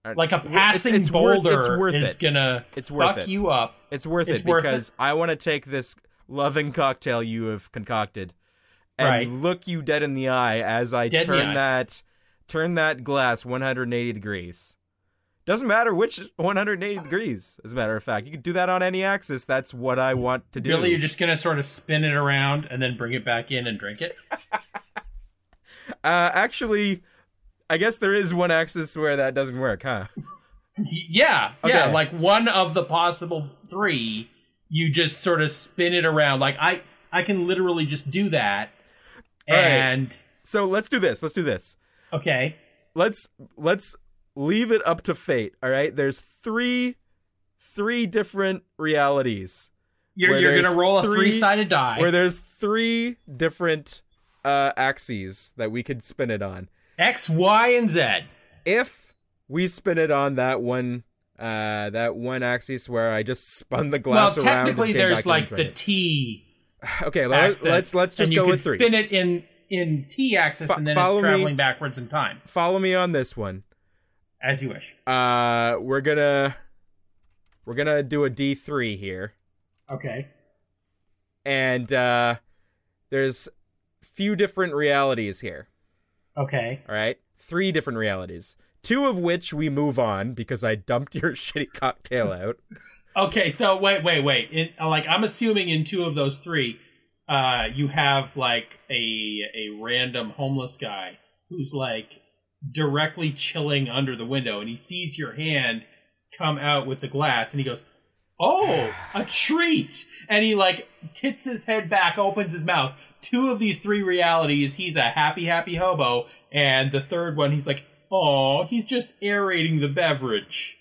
[SPEAKER 1] uh,
[SPEAKER 3] Like a
[SPEAKER 1] w- it's-
[SPEAKER 3] passing
[SPEAKER 1] it's
[SPEAKER 3] boulder
[SPEAKER 1] Worth, it's worth
[SPEAKER 3] is
[SPEAKER 1] it.
[SPEAKER 3] gonna
[SPEAKER 1] It's worth
[SPEAKER 3] fuck
[SPEAKER 1] it.
[SPEAKER 3] you up.
[SPEAKER 1] It's worth
[SPEAKER 3] it's
[SPEAKER 1] it
[SPEAKER 3] worth it.
[SPEAKER 1] because I want to take this loving cocktail you have concocted and
[SPEAKER 3] Right.
[SPEAKER 1] look you dead in the eye as I
[SPEAKER 3] Dead in the
[SPEAKER 1] turn
[SPEAKER 3] eye.
[SPEAKER 1] that turn that glass 180 degrees. Doesn't matter which 180 degrees. As a matter of fact, you could do that on any axis. That's what I want to do.
[SPEAKER 3] Really, you're just gonna sort of spin it around and then bring it back in and drink it.
[SPEAKER 1] uh, actually, I guess there is one axis where that doesn't work, huh?
[SPEAKER 3] Y- yeah, yeah.
[SPEAKER 1] Okay.
[SPEAKER 3] Like one of the possible three, you just sort of spin it around. Like I I can literally just do that.
[SPEAKER 1] All right.
[SPEAKER 3] And
[SPEAKER 1] So let's do this. Let's do this.
[SPEAKER 3] okay,
[SPEAKER 1] let's let's leave it up to fate all right there's three three different realities
[SPEAKER 3] you're
[SPEAKER 1] Where
[SPEAKER 3] you're
[SPEAKER 1] there's
[SPEAKER 3] gonna roll a
[SPEAKER 1] three-
[SPEAKER 3] three sided die.
[SPEAKER 1] where there's three different uh axes that we could spin it on
[SPEAKER 3] X, Y, and Z.
[SPEAKER 1] if we spin it on that one uh that one axis where i just spun the glass
[SPEAKER 3] well,
[SPEAKER 1] around and
[SPEAKER 3] technically,
[SPEAKER 1] came
[SPEAKER 3] there's
[SPEAKER 1] back
[SPEAKER 3] like
[SPEAKER 1] and
[SPEAKER 3] the
[SPEAKER 1] drained
[SPEAKER 3] T
[SPEAKER 1] it. okay let's
[SPEAKER 3] axis.
[SPEAKER 1] let's let's
[SPEAKER 3] and
[SPEAKER 1] just
[SPEAKER 3] you
[SPEAKER 1] go
[SPEAKER 3] can
[SPEAKER 1] with three
[SPEAKER 3] Spin it in in T axis,
[SPEAKER 1] Fo-
[SPEAKER 3] and then
[SPEAKER 1] follow
[SPEAKER 3] it's
[SPEAKER 1] me.
[SPEAKER 3] traveling backwards in time
[SPEAKER 1] follow me on this one
[SPEAKER 3] as you wish.
[SPEAKER 1] uh we're gonna we're gonna do a d3 here
[SPEAKER 3] Okay.
[SPEAKER 1] and uh, there's few different realities here.
[SPEAKER 3] Okay.
[SPEAKER 1] All right, three different realities. Two of which we move on because I dumped [LAUGHS] your shitty cocktail out.
[SPEAKER 3] Okay. So wait, wait, wait. In, uh, like I'm assuming in two of those three, uh, you have like a a random homeless guy who's like directly chilling under the window, and he sees your hand come out with the glass, and he goes. Oh,
[SPEAKER 1] [SIGHS]
[SPEAKER 3] a treat! And he like tips his head back, opens his mouth. Two of these three realities, he's a happy, happy hobo, and the third one, he's like, oh, he's just aerating the beverage.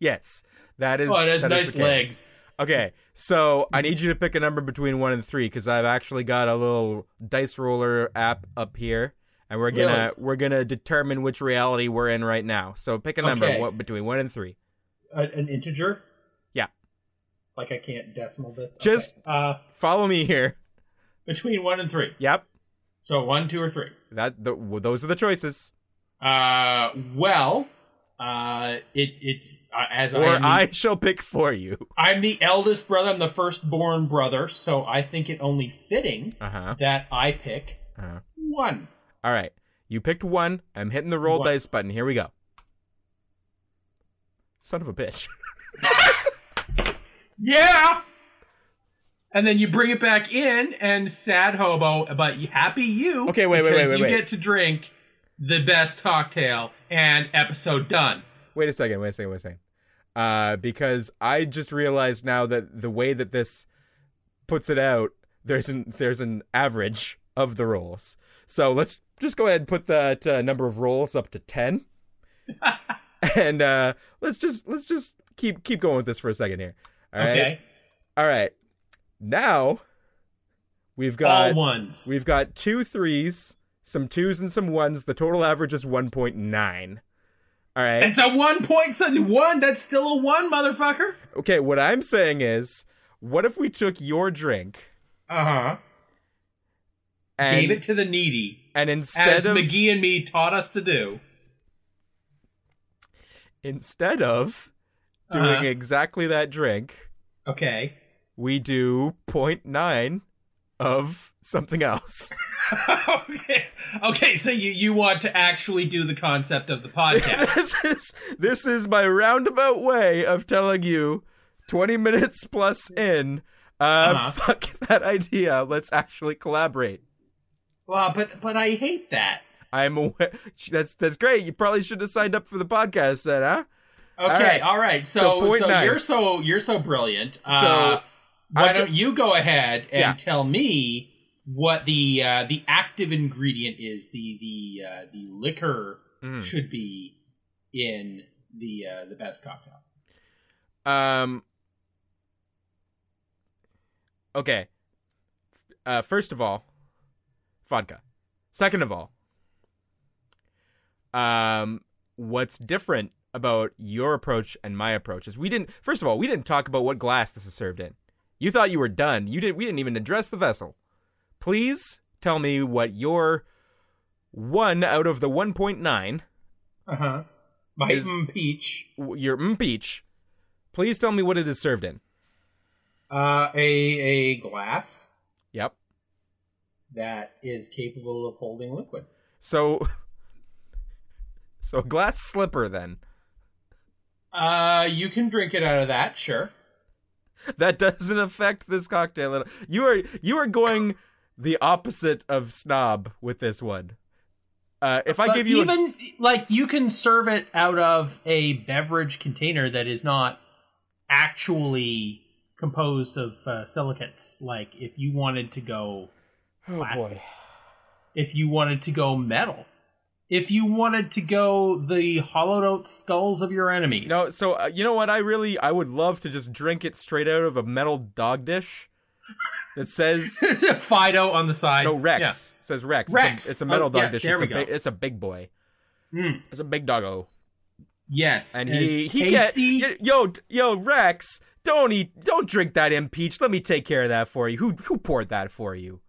[SPEAKER 1] yes, that is.
[SPEAKER 3] Oh, it has
[SPEAKER 1] that is
[SPEAKER 3] nice
[SPEAKER 1] the case.
[SPEAKER 3] legs.
[SPEAKER 1] Okay, so I need you to pick a number between one and three because I've actually got a little dice roller app up here, and we're gonna
[SPEAKER 3] Really?
[SPEAKER 1] we're gonna determine which reality we're in right now. So pick a number
[SPEAKER 3] Okay.
[SPEAKER 1] what, between one and three.
[SPEAKER 3] A, an integer.
[SPEAKER 1] Yeah.
[SPEAKER 3] Like I can't decimal this. Okay.
[SPEAKER 1] Just-
[SPEAKER 3] uh,
[SPEAKER 1] Follow me here.
[SPEAKER 3] between one and three.
[SPEAKER 1] Yep,
[SPEAKER 3] So one, two, or three.
[SPEAKER 1] that the, well, those are the choices.
[SPEAKER 3] Uh, well, uh, it it's uh, as
[SPEAKER 1] Or
[SPEAKER 3] I am,
[SPEAKER 1] I [LAUGHS] shall pick for you.
[SPEAKER 3] I'm the eldest brother. I'm the firstborn brother, so I think it only fitting
[SPEAKER 1] Uh huh.
[SPEAKER 3] that I pick
[SPEAKER 1] Uh-huh.
[SPEAKER 3] one.
[SPEAKER 1] All right, you picked one. I'm hitting the roll
[SPEAKER 3] One.
[SPEAKER 1] dice button. Here we go. Son of a bitch. [LAUGHS]
[SPEAKER 3] Yeah. And then you bring it back in, and sad hobo, but happy you.
[SPEAKER 1] Okay, wait, wait, wait,
[SPEAKER 3] because
[SPEAKER 1] wait,
[SPEAKER 3] You
[SPEAKER 1] wait.
[SPEAKER 3] get to drink the best cocktail, and episode done.
[SPEAKER 1] Wait a second. Wait a second. Wait a second. Uh, because I just realized now that the way that this puts it out, there's an there's an average of the rolls. So let's just go ahead and put that uh, number of rolls up to ten, and uh, let's just let's just keep keep going with this for a second here. All right.
[SPEAKER 3] okay,
[SPEAKER 1] All right. Now we've
[SPEAKER 3] all
[SPEAKER 1] got
[SPEAKER 3] ones.
[SPEAKER 1] we've got two threes, some twos, and some ones. The total average is one point nine. All right.
[SPEAKER 3] it's a one point something one. That's still a one, motherfucker.
[SPEAKER 1] Okay, what I'm saying is, what if we took your drink
[SPEAKER 3] Uh huh.
[SPEAKER 1] and
[SPEAKER 3] Gave it to the needy,
[SPEAKER 1] and
[SPEAKER 3] as
[SPEAKER 1] instead of
[SPEAKER 3] McGee and me taught us to do.
[SPEAKER 1] instead of doing
[SPEAKER 3] Uh-huh.
[SPEAKER 1] exactly that drink,
[SPEAKER 3] [LAUGHS] Okay.
[SPEAKER 1] we do 0.9 of something else.
[SPEAKER 3] okay. Okay. So you you want to actually do the concept of the
[SPEAKER 1] [LAUGHS]
[SPEAKER 3] podcast?
[SPEAKER 1] this is this is my roundabout way of telling you 20 minutes plus in uh
[SPEAKER 3] Uh-huh.
[SPEAKER 1] [LAUGHS] fuck that idea. Let's actually collaborate.
[SPEAKER 3] well, but but I hate that.
[SPEAKER 1] I'm aware. That's that's great. You probably should have signed up for the podcast then, huh?
[SPEAKER 3] Okay, all
[SPEAKER 1] right.
[SPEAKER 3] right.
[SPEAKER 1] So
[SPEAKER 3] So, so,
[SPEAKER 1] point nine.
[SPEAKER 3] you're so you're so brilliant. Uh,
[SPEAKER 1] So,
[SPEAKER 3] why
[SPEAKER 1] I've got-
[SPEAKER 3] don't you go ahead and
[SPEAKER 1] Yeah.
[SPEAKER 3] tell me what the uh, the active ingredient is? The the uh, the liquor
[SPEAKER 1] Mm.
[SPEAKER 3] should be in the uh, the best cocktail.
[SPEAKER 1] Um. Okay. Uh, first of all, vodka. Second of all, um, what's different about your approach and my approach is we didn't. First of all, we didn't talk about what glass this is served in. You thought you were done. You didn't. We didn't even address the vessel. Please tell me what your one out of the one point nine
[SPEAKER 3] Uh huh. My
[SPEAKER 1] Is-
[SPEAKER 3] mm, peach,
[SPEAKER 1] your mm, peach. Please tell me what it is served in.
[SPEAKER 3] uh, a a glass
[SPEAKER 1] Yep.
[SPEAKER 3] that is capable of holding liquid.
[SPEAKER 1] So, so a glass slipper then
[SPEAKER 3] Uh, you can drink it out of that, sure.
[SPEAKER 1] that doesn't affect this cocktail at all. You are you are going the opposite of snob with this one. Uh, if I
[SPEAKER 3] But
[SPEAKER 1] give you, a,
[SPEAKER 3] even like you can serve it out of a beverage container that is not actually composed of uh, silicates. Like if you wanted to go
[SPEAKER 1] oh
[SPEAKER 3] plastic, if you wanted to go metal, if you wanted to go the hollowed out skulls of your enemies. [LAUGHS]
[SPEAKER 1] no. So uh, you know what? I really I would love to just drink it straight out of a metal dog dish that
[SPEAKER 3] [LAUGHS]
[SPEAKER 1] says
[SPEAKER 3] Fido on the side.
[SPEAKER 1] no Rex says Rex. It's a-
[SPEAKER 3] Rex.
[SPEAKER 1] It's a, metal
[SPEAKER 3] Oh,
[SPEAKER 1] dog
[SPEAKER 3] yeah,
[SPEAKER 1] dish.
[SPEAKER 3] there
[SPEAKER 1] It's a,
[SPEAKER 3] we go.
[SPEAKER 1] big, it's a big boy.
[SPEAKER 3] Yeah. Mm,
[SPEAKER 1] It's a big doggo.
[SPEAKER 3] yes,
[SPEAKER 1] and he
[SPEAKER 3] it's
[SPEAKER 1] he get,
[SPEAKER 3] tasty.
[SPEAKER 1] y- yo d- yo Rex, don't eat, don't drink that impeach. Let me take care of that for you. Who who poured that for you,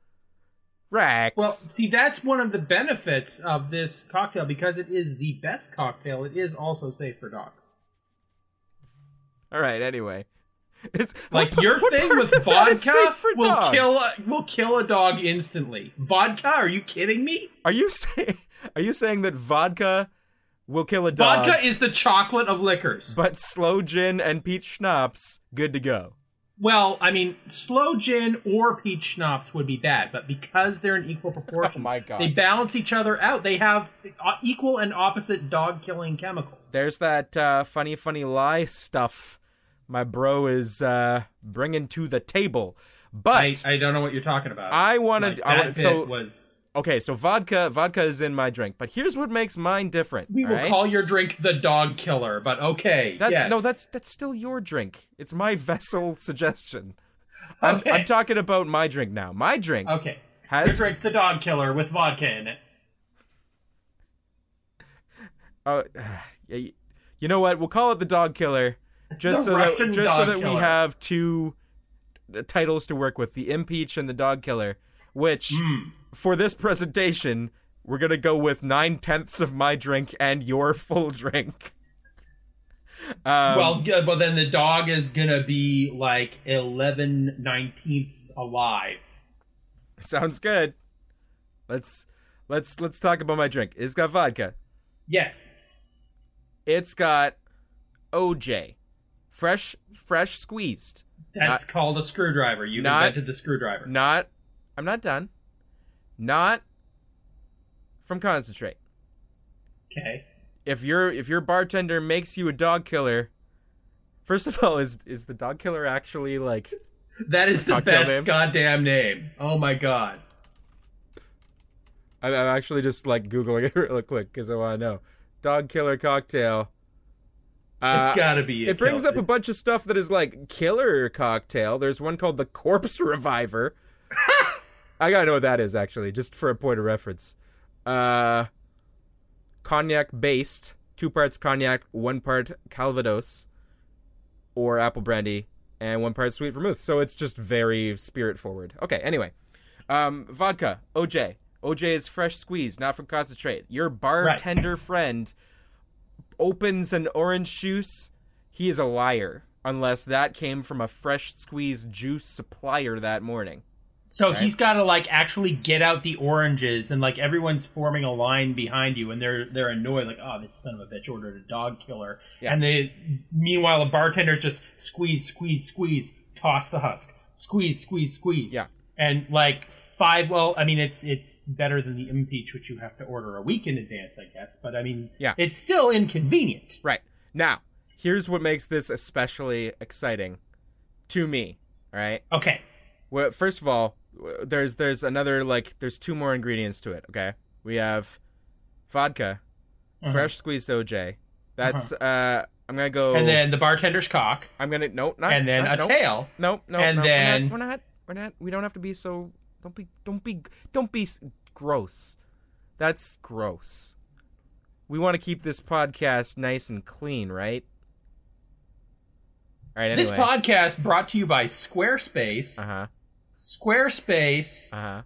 [SPEAKER 1] Rex?
[SPEAKER 3] Well, see, that's one of the benefits of this cocktail because it is the best cocktail. It is also safe for dogs.
[SPEAKER 1] all right. Anyway, it's [LAUGHS]
[SPEAKER 3] Like
[SPEAKER 1] what-
[SPEAKER 3] your
[SPEAKER 1] what
[SPEAKER 3] thing
[SPEAKER 1] part
[SPEAKER 3] with
[SPEAKER 1] of that [LAUGHS] is
[SPEAKER 3] vodka
[SPEAKER 1] safe for
[SPEAKER 3] will
[SPEAKER 1] dogs?
[SPEAKER 3] kill a, will kill a dog instantly. Vodka? Are you kidding me?
[SPEAKER 1] Are you [LAUGHS] saying are you saying that vodka will kill a dog?
[SPEAKER 3] Vodka is the chocolate of liquors.
[SPEAKER 1] but slow gin and peach schnapps, good to go.
[SPEAKER 3] well, I mean, sloe gin or peach schnapps would be bad, but because they're in
[SPEAKER 1] [LAUGHS]
[SPEAKER 3] equal proportions,
[SPEAKER 1] Oh my God.
[SPEAKER 3] they balance each other out. They have uh, equal and opposite dog killing chemicals.
[SPEAKER 1] There's that uh, funny, funny lie stuff my bro is uh, bringing to the table. But
[SPEAKER 3] I, I don't know what you're talking about.
[SPEAKER 1] I wanted-
[SPEAKER 3] Like,
[SPEAKER 1] I
[SPEAKER 3] Bad
[SPEAKER 1] wanted-
[SPEAKER 3] Pit
[SPEAKER 1] so-
[SPEAKER 3] was
[SPEAKER 1] okay, so vodka vodka is in my drink, but here's what makes mine different.
[SPEAKER 3] we will
[SPEAKER 1] alright?
[SPEAKER 3] call your drink the dog killer, but okay.
[SPEAKER 1] That's
[SPEAKER 3] yes.
[SPEAKER 1] no, that's that's still your drink. It's my [LAUGHS] vessel suggestion. I'm,
[SPEAKER 3] okay.
[SPEAKER 1] I'm talking about my drink now. My drink
[SPEAKER 3] okay. Your
[SPEAKER 1] has
[SPEAKER 3] drink the dog killer with vodka in it.
[SPEAKER 1] [SIGHS] uh, y- you know what? We'll call it the dog
[SPEAKER 3] [LAUGHS]
[SPEAKER 1] killer just
[SPEAKER 3] The
[SPEAKER 1] so
[SPEAKER 3] Russian
[SPEAKER 1] that just so
[SPEAKER 3] dog
[SPEAKER 1] that we
[SPEAKER 3] killer.
[SPEAKER 1] have two uh, titles to work with, the impeach and the dog killer, which
[SPEAKER 3] Hmm.
[SPEAKER 1] for this presentation we're going to go with 9 tenths of my drink and your full drink. [LAUGHS] Um,
[SPEAKER 3] well, yeah, well, then the dog is gonna be like eleven nineteenths alive.
[SPEAKER 1] sounds good. Let's let's let's talk about my drink. It's got vodka.
[SPEAKER 3] Yes.
[SPEAKER 1] It's got OJ, fresh, fresh squeezed.
[SPEAKER 3] That's called a screwdriver. You
[SPEAKER 1] not-
[SPEAKER 3] invented the screwdriver.
[SPEAKER 1] Not, I'm not done. Not from concentrate.
[SPEAKER 3] Okay.
[SPEAKER 1] If your if your bartender makes you a dog killer, first of all, is is the dog killer actually like?
[SPEAKER 3] That is the
[SPEAKER 1] Cocktail
[SPEAKER 3] best
[SPEAKER 1] name.
[SPEAKER 3] goddamn name. Oh my god.
[SPEAKER 1] I'm, I'm actually just like googling it [LAUGHS] real quick because I want to know. Dog killer cocktail. Uh,
[SPEAKER 3] it's gotta be. a
[SPEAKER 1] it brings
[SPEAKER 3] kill.
[SPEAKER 1] up a
[SPEAKER 3] It's-
[SPEAKER 1] bunch of stuff that is like killer cocktail. There's one called the Corpse
[SPEAKER 3] [LAUGHS]
[SPEAKER 1] Reviver. I gotta know what that is actually, just for a point of reference. Uh, cognac based, two parts cognac, one part Calvados, or apple brandy, and one part sweet vermouth. So it's just very spirit forward. Okay, anyway, um, vodka, OJ. OJ is fresh squeezed, not from concentrate. Your bartender friend opens an orange juice, he is a liar unless that came from a fresh squeezed juice supplier that morning.
[SPEAKER 3] So
[SPEAKER 1] Right.
[SPEAKER 3] he's got to like actually get out the oranges, and like everyone's forming a line behind you, and they're they're annoyed, like, oh, this son of a bitch ordered a dog killer,
[SPEAKER 1] Yeah.
[SPEAKER 3] and they meanwhile the bartender's just squeeze, squeeze, squeeze, toss the husk, squeeze, squeeze, squeeze,
[SPEAKER 1] Yeah.
[SPEAKER 3] and like five. Well, I mean, it's it's better than the impeach, which you have to order a week in advance, I guess, but I mean,
[SPEAKER 1] Yeah.
[SPEAKER 3] it's still inconvenient.
[SPEAKER 1] Right. Now, here's what makes this especially exciting to me, all right?
[SPEAKER 3] Okay,
[SPEAKER 1] Well, first of all, w- there's there's another like there's two more ingredients to it, okay? We have vodka,
[SPEAKER 3] Uh-huh.
[SPEAKER 1] fresh squeezed OJ. That's uh I'm going to go
[SPEAKER 3] and then the bartender's cock,
[SPEAKER 1] I'm going to no, not
[SPEAKER 3] and then
[SPEAKER 1] not,
[SPEAKER 3] a
[SPEAKER 1] no.
[SPEAKER 3] tail.
[SPEAKER 1] No, no,
[SPEAKER 3] And
[SPEAKER 1] no,
[SPEAKER 3] then-
[SPEAKER 1] we're not, we're not, we're not, we don't have to be so. Don't be, don't be, don't be s- gross. That's gross. We want to keep this podcast nice and clean, right? All right. Anyway.
[SPEAKER 3] This podcast brought to you by Squarespace.
[SPEAKER 1] Uh huh.
[SPEAKER 3] Squarespace,
[SPEAKER 1] Uh huh.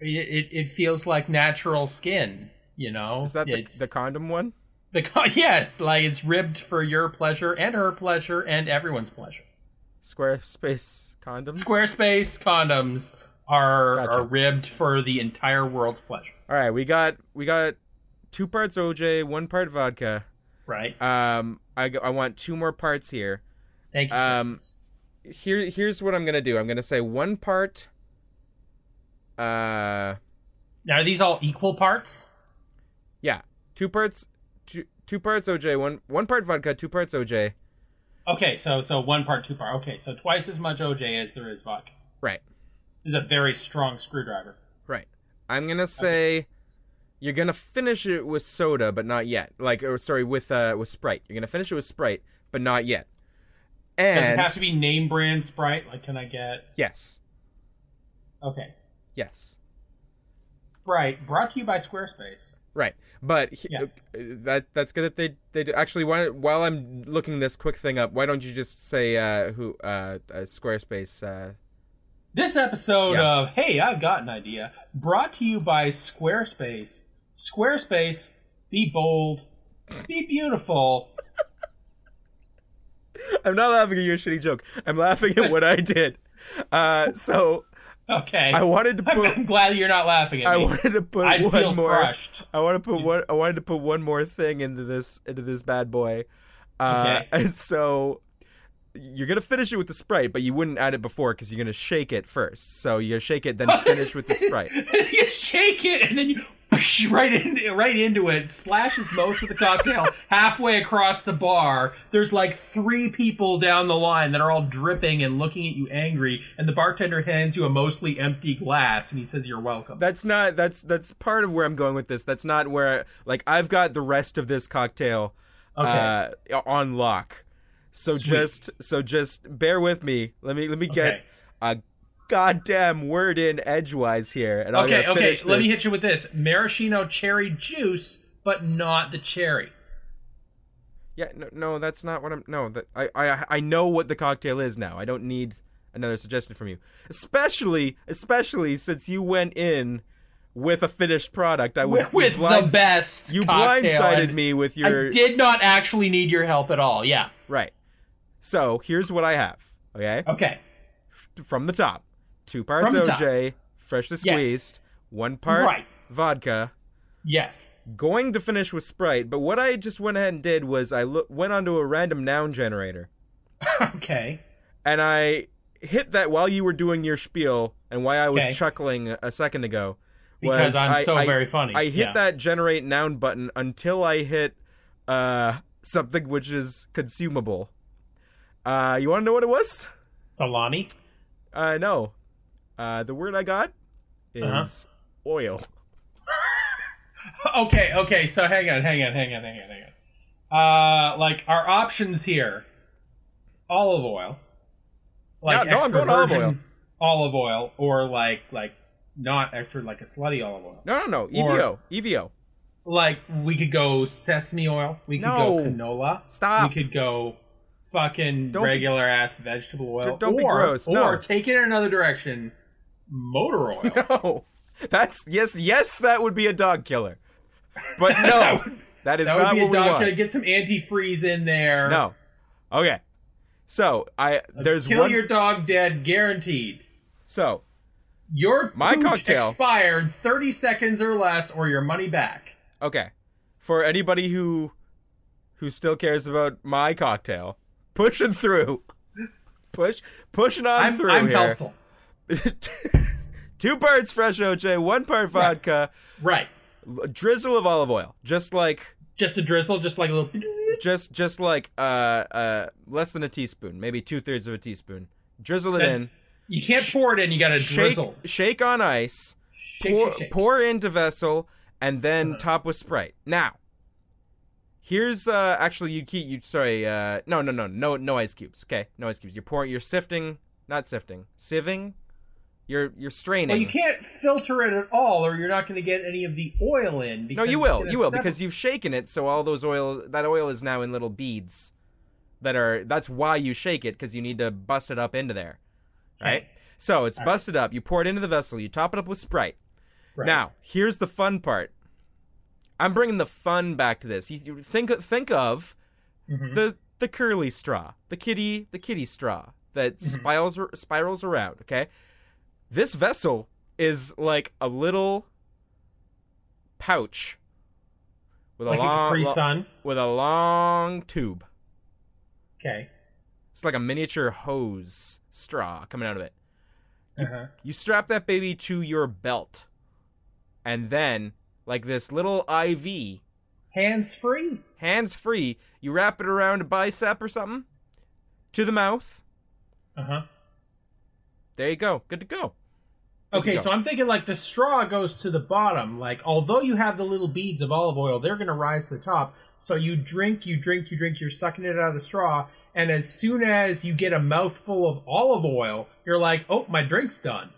[SPEAKER 3] it, it, it feels like natural skin, you know?
[SPEAKER 1] Is that the,
[SPEAKER 3] It's-
[SPEAKER 1] the condom one?
[SPEAKER 3] the co- [LAUGHS] Yes, like it's ribbed for your pleasure and her pleasure and everyone's pleasure.
[SPEAKER 1] Squarespace condom.
[SPEAKER 3] Squarespace condoms are,
[SPEAKER 1] Gotcha.
[SPEAKER 3] are ribbed for the entire world's pleasure,
[SPEAKER 1] All right. We got we got two parts OJ, one part vodka.
[SPEAKER 3] right?
[SPEAKER 1] Um, I go, I want two more parts here.
[SPEAKER 3] Thank you.
[SPEAKER 1] um,
[SPEAKER 3] Squarespace.
[SPEAKER 1] here here's what I'm gonna do. I'm gonna say one part. Uh,
[SPEAKER 3] now, are these all equal parts?
[SPEAKER 1] yeah, two parts, two two parts OJ, one one part vodka, two parts OJ.
[SPEAKER 3] Okay, so so one part, two part. Okay, so twice as much OJ as there is vodka.
[SPEAKER 1] Right,
[SPEAKER 3] This is a very strong screwdriver.
[SPEAKER 1] right. I'm gonna say you're gonna finish it with soda, but not yet. Like, or sorry, with uh with Sprite. You're gonna finish it with Sprite, but not yet.
[SPEAKER 3] Does
[SPEAKER 1] And
[SPEAKER 3] it have to be name brand Sprite? Like, can I get.
[SPEAKER 1] yes,
[SPEAKER 3] Okay.
[SPEAKER 1] yes.
[SPEAKER 3] Sprite brought to you by Squarespace.
[SPEAKER 1] Right, but he,
[SPEAKER 3] Yeah.
[SPEAKER 1] uh, that that's good that they they do. actually. Why, while I'm looking this quick thing up, why don't you just say uh, who uh, uh, Squarespace? Uh,
[SPEAKER 3] This episode
[SPEAKER 1] Yeah.
[SPEAKER 3] of Hey, I've Got an Idea brought to you by Squarespace. Squarespace, be bold, be beautiful.
[SPEAKER 1] I'm not laughing at your shitty joke. I'm laughing at [LAUGHS] what I did. Uh, so
[SPEAKER 3] Okay. [LAUGHS]
[SPEAKER 1] I wanted to
[SPEAKER 3] I'm,
[SPEAKER 1] put
[SPEAKER 3] I'm glad you're not laughing at
[SPEAKER 1] I
[SPEAKER 3] me.
[SPEAKER 1] wanted to put
[SPEAKER 3] I'd feel
[SPEAKER 1] one more.
[SPEAKER 3] crushed.
[SPEAKER 1] I want to put one. I wanted to put one more thing into this into this bad boy. Uh,
[SPEAKER 3] Okay.
[SPEAKER 1] [LAUGHS] And so you're gonna finish it with the sprite, but you wouldn't add it before because
[SPEAKER 3] [LAUGHS]
[SPEAKER 1] you're gonna shake it first. So you shake it, then finish with the sprite.
[SPEAKER 3] you shake it and then you. right in, right into it. Splashes most of
[SPEAKER 1] [LAUGHS]
[SPEAKER 3] the cocktail halfway across the bar. There's like three people down the line that are all dripping and looking at you angry. And the bartender hands you a mostly empty glass, and he says, "You're welcome."
[SPEAKER 1] That's not that's that's part of where I'm going with this. That's not where like I've got the rest of this cocktail
[SPEAKER 3] Okay.
[SPEAKER 1] uh, on lock. So
[SPEAKER 3] Sweet.
[SPEAKER 1] just so just bear with me. Let me let me get
[SPEAKER 3] Okay.
[SPEAKER 1] a goddamn word in edgewise here, and
[SPEAKER 3] okay,
[SPEAKER 1] I'm gonna
[SPEAKER 3] okay.
[SPEAKER 1] finish
[SPEAKER 3] Let me
[SPEAKER 1] this.
[SPEAKER 3] hit you with this maraschino cherry juice, but not the cherry.
[SPEAKER 1] Yeah, no, no, that's not what I'm. No, that I, I, I know what the cocktail is now. I don't need another suggestion from you, especially, especially since you went in with a finished product. I was
[SPEAKER 3] With, with
[SPEAKER 1] you blind-
[SPEAKER 3] the best,
[SPEAKER 1] You
[SPEAKER 3] cocktail,
[SPEAKER 1] blindsided
[SPEAKER 3] and
[SPEAKER 1] me with your
[SPEAKER 3] I did not actually need your help at all. Yeah.
[SPEAKER 1] right. So here's what I have. Okay,
[SPEAKER 3] Okay.
[SPEAKER 1] from the top, two parts
[SPEAKER 3] From the top.
[SPEAKER 1] OJ, freshly
[SPEAKER 3] Yes.
[SPEAKER 1] squeezed, one part
[SPEAKER 3] Right.
[SPEAKER 1] vodka,
[SPEAKER 3] Yes. [LAUGHS]
[SPEAKER 1] going to finish with Sprite, but what I just went ahead and did was I look, went onto a random noun generator
[SPEAKER 3] okay.
[SPEAKER 1] and I hit that while you were doing your spiel and why I was
[SPEAKER 3] Okay.
[SPEAKER 1] chuckling a second ago. was
[SPEAKER 3] Because I'm
[SPEAKER 1] I-
[SPEAKER 3] so
[SPEAKER 1] I-
[SPEAKER 3] very funny.
[SPEAKER 1] I hit
[SPEAKER 3] Yeah.
[SPEAKER 1] that generate noun button until I hit uh, something which is consumable. Uh, you want to know what it was?
[SPEAKER 3] Salami. [LAUGHS]
[SPEAKER 1] Uh, no. Uh, the word I got is
[SPEAKER 3] Uh-huh.
[SPEAKER 1] oil.
[SPEAKER 3] Okay, okay, so hang on, hang on, hang on, hang on, hang on. Uh like our options here. Olive oil.
[SPEAKER 1] Yeah, no, I'm
[SPEAKER 3] extra
[SPEAKER 1] going olive
[SPEAKER 3] virgin
[SPEAKER 1] oil.
[SPEAKER 3] olive oil or like like not extra like a slutty olive oil.
[SPEAKER 1] No, no, no. E
[SPEAKER 3] Or-
[SPEAKER 1] EVO. EVO.
[SPEAKER 3] Like we could go sesame oil, we could
[SPEAKER 1] No.
[SPEAKER 3] go canola,
[SPEAKER 1] Stop.
[SPEAKER 3] we could go fucking
[SPEAKER 1] Don't be-
[SPEAKER 3] regular ass vegetable oil.
[SPEAKER 1] Don't be
[SPEAKER 3] or,
[SPEAKER 1] gross,
[SPEAKER 3] Or
[SPEAKER 1] no.
[SPEAKER 3] take it in another direction,
[SPEAKER 1] [LAUGHS]
[SPEAKER 3] motor oil.
[SPEAKER 1] [LAUGHS] No. That's yes, yes, that would be a dog killer. But no,
[SPEAKER 3] That would-
[SPEAKER 1] that is
[SPEAKER 3] [LAUGHS] that
[SPEAKER 1] not
[SPEAKER 3] would be a
[SPEAKER 1] what we want.
[SPEAKER 3] doctor. Get some antifreeze in there.
[SPEAKER 1] No. Okay. So I there's
[SPEAKER 3] kill
[SPEAKER 1] one.
[SPEAKER 3] your dog dead, guaranteed.
[SPEAKER 1] So
[SPEAKER 3] Your
[SPEAKER 1] My
[SPEAKER 3] pooch
[SPEAKER 1] cocktail.
[SPEAKER 3] expired thirty seconds or less, or your money back.
[SPEAKER 1] okay, for anybody who who still cares about my cocktail, pushing through, push pushing on
[SPEAKER 3] I'm,
[SPEAKER 1] through
[SPEAKER 3] I'm
[SPEAKER 1] here.
[SPEAKER 3] helpful.
[SPEAKER 1] [LAUGHS] Two parts fresh OJ, one part
[SPEAKER 3] Right.
[SPEAKER 1] vodka,
[SPEAKER 3] Right.
[SPEAKER 1] a drizzle of olive oil, just like
[SPEAKER 3] Just a drizzle, just like a little.
[SPEAKER 1] just just like uh uh less than a teaspoon, maybe two thirds of a teaspoon. Drizzle it
[SPEAKER 3] That-
[SPEAKER 1] in,
[SPEAKER 3] You can't pour it in. You got to
[SPEAKER 1] shake
[SPEAKER 3] drizzle.
[SPEAKER 1] shake on ice.
[SPEAKER 3] Shake,
[SPEAKER 1] pour,
[SPEAKER 3] shake, shake. Uh-huh.
[SPEAKER 1] pour into vessel and then top with sprite now here's uh actually you keep you sorry uh no no no no no ice cubes okay no ice cubes you're pouring you're sifting not sifting sieving you're you're straining
[SPEAKER 3] Well, you can't filter it at all, or you're not going to get any of the oil in.
[SPEAKER 1] no
[SPEAKER 3] Because
[SPEAKER 1] you
[SPEAKER 3] it's
[SPEAKER 1] will
[SPEAKER 3] gonna
[SPEAKER 1] you will
[SPEAKER 3] settle.
[SPEAKER 1] because you've shaken it so all those oil that oil is now in little beads that are that's why you shake it because you need to bust it up into there right
[SPEAKER 3] Okay.
[SPEAKER 1] so it's
[SPEAKER 3] All right.
[SPEAKER 1] busted up you pour it into the vessel you top it up with sprite
[SPEAKER 3] Right.
[SPEAKER 1] Now, here's the fun part. I'm bringing the fun back to this. You- you think think of
[SPEAKER 3] Mhm.
[SPEAKER 1] the the curly straw, the kitty the kitty straw that
[SPEAKER 3] Mm-hmm.
[SPEAKER 1] spirals spirals around. Okay, this vessel is like a little pouch with
[SPEAKER 3] like
[SPEAKER 1] a
[SPEAKER 3] a
[SPEAKER 1] long
[SPEAKER 3] Capri
[SPEAKER 1] lo-
[SPEAKER 3] Sun.
[SPEAKER 1] with a long tube.
[SPEAKER 3] Okay.
[SPEAKER 1] It's like a miniature hose straw coming out of it.
[SPEAKER 3] Uh-huh.
[SPEAKER 1] You strap that baby to your belt, and then like this little IV
[SPEAKER 3] Hands free.
[SPEAKER 1] hands free. You wrap it around a bicep or something to the mouth.
[SPEAKER 3] Uh huh.
[SPEAKER 1] There you go. Good to go. Good to
[SPEAKER 3] Okay,
[SPEAKER 1] go.
[SPEAKER 3] so I'm thinking like the straw goes to the bottom. Like, although you have the little beads of olive oil, they're going to rise to the top. So you drink, you drink, you drink, you're sucking it out of the straw. And as soon as you get a mouthful of olive oil, you're like, oh, my drink's done.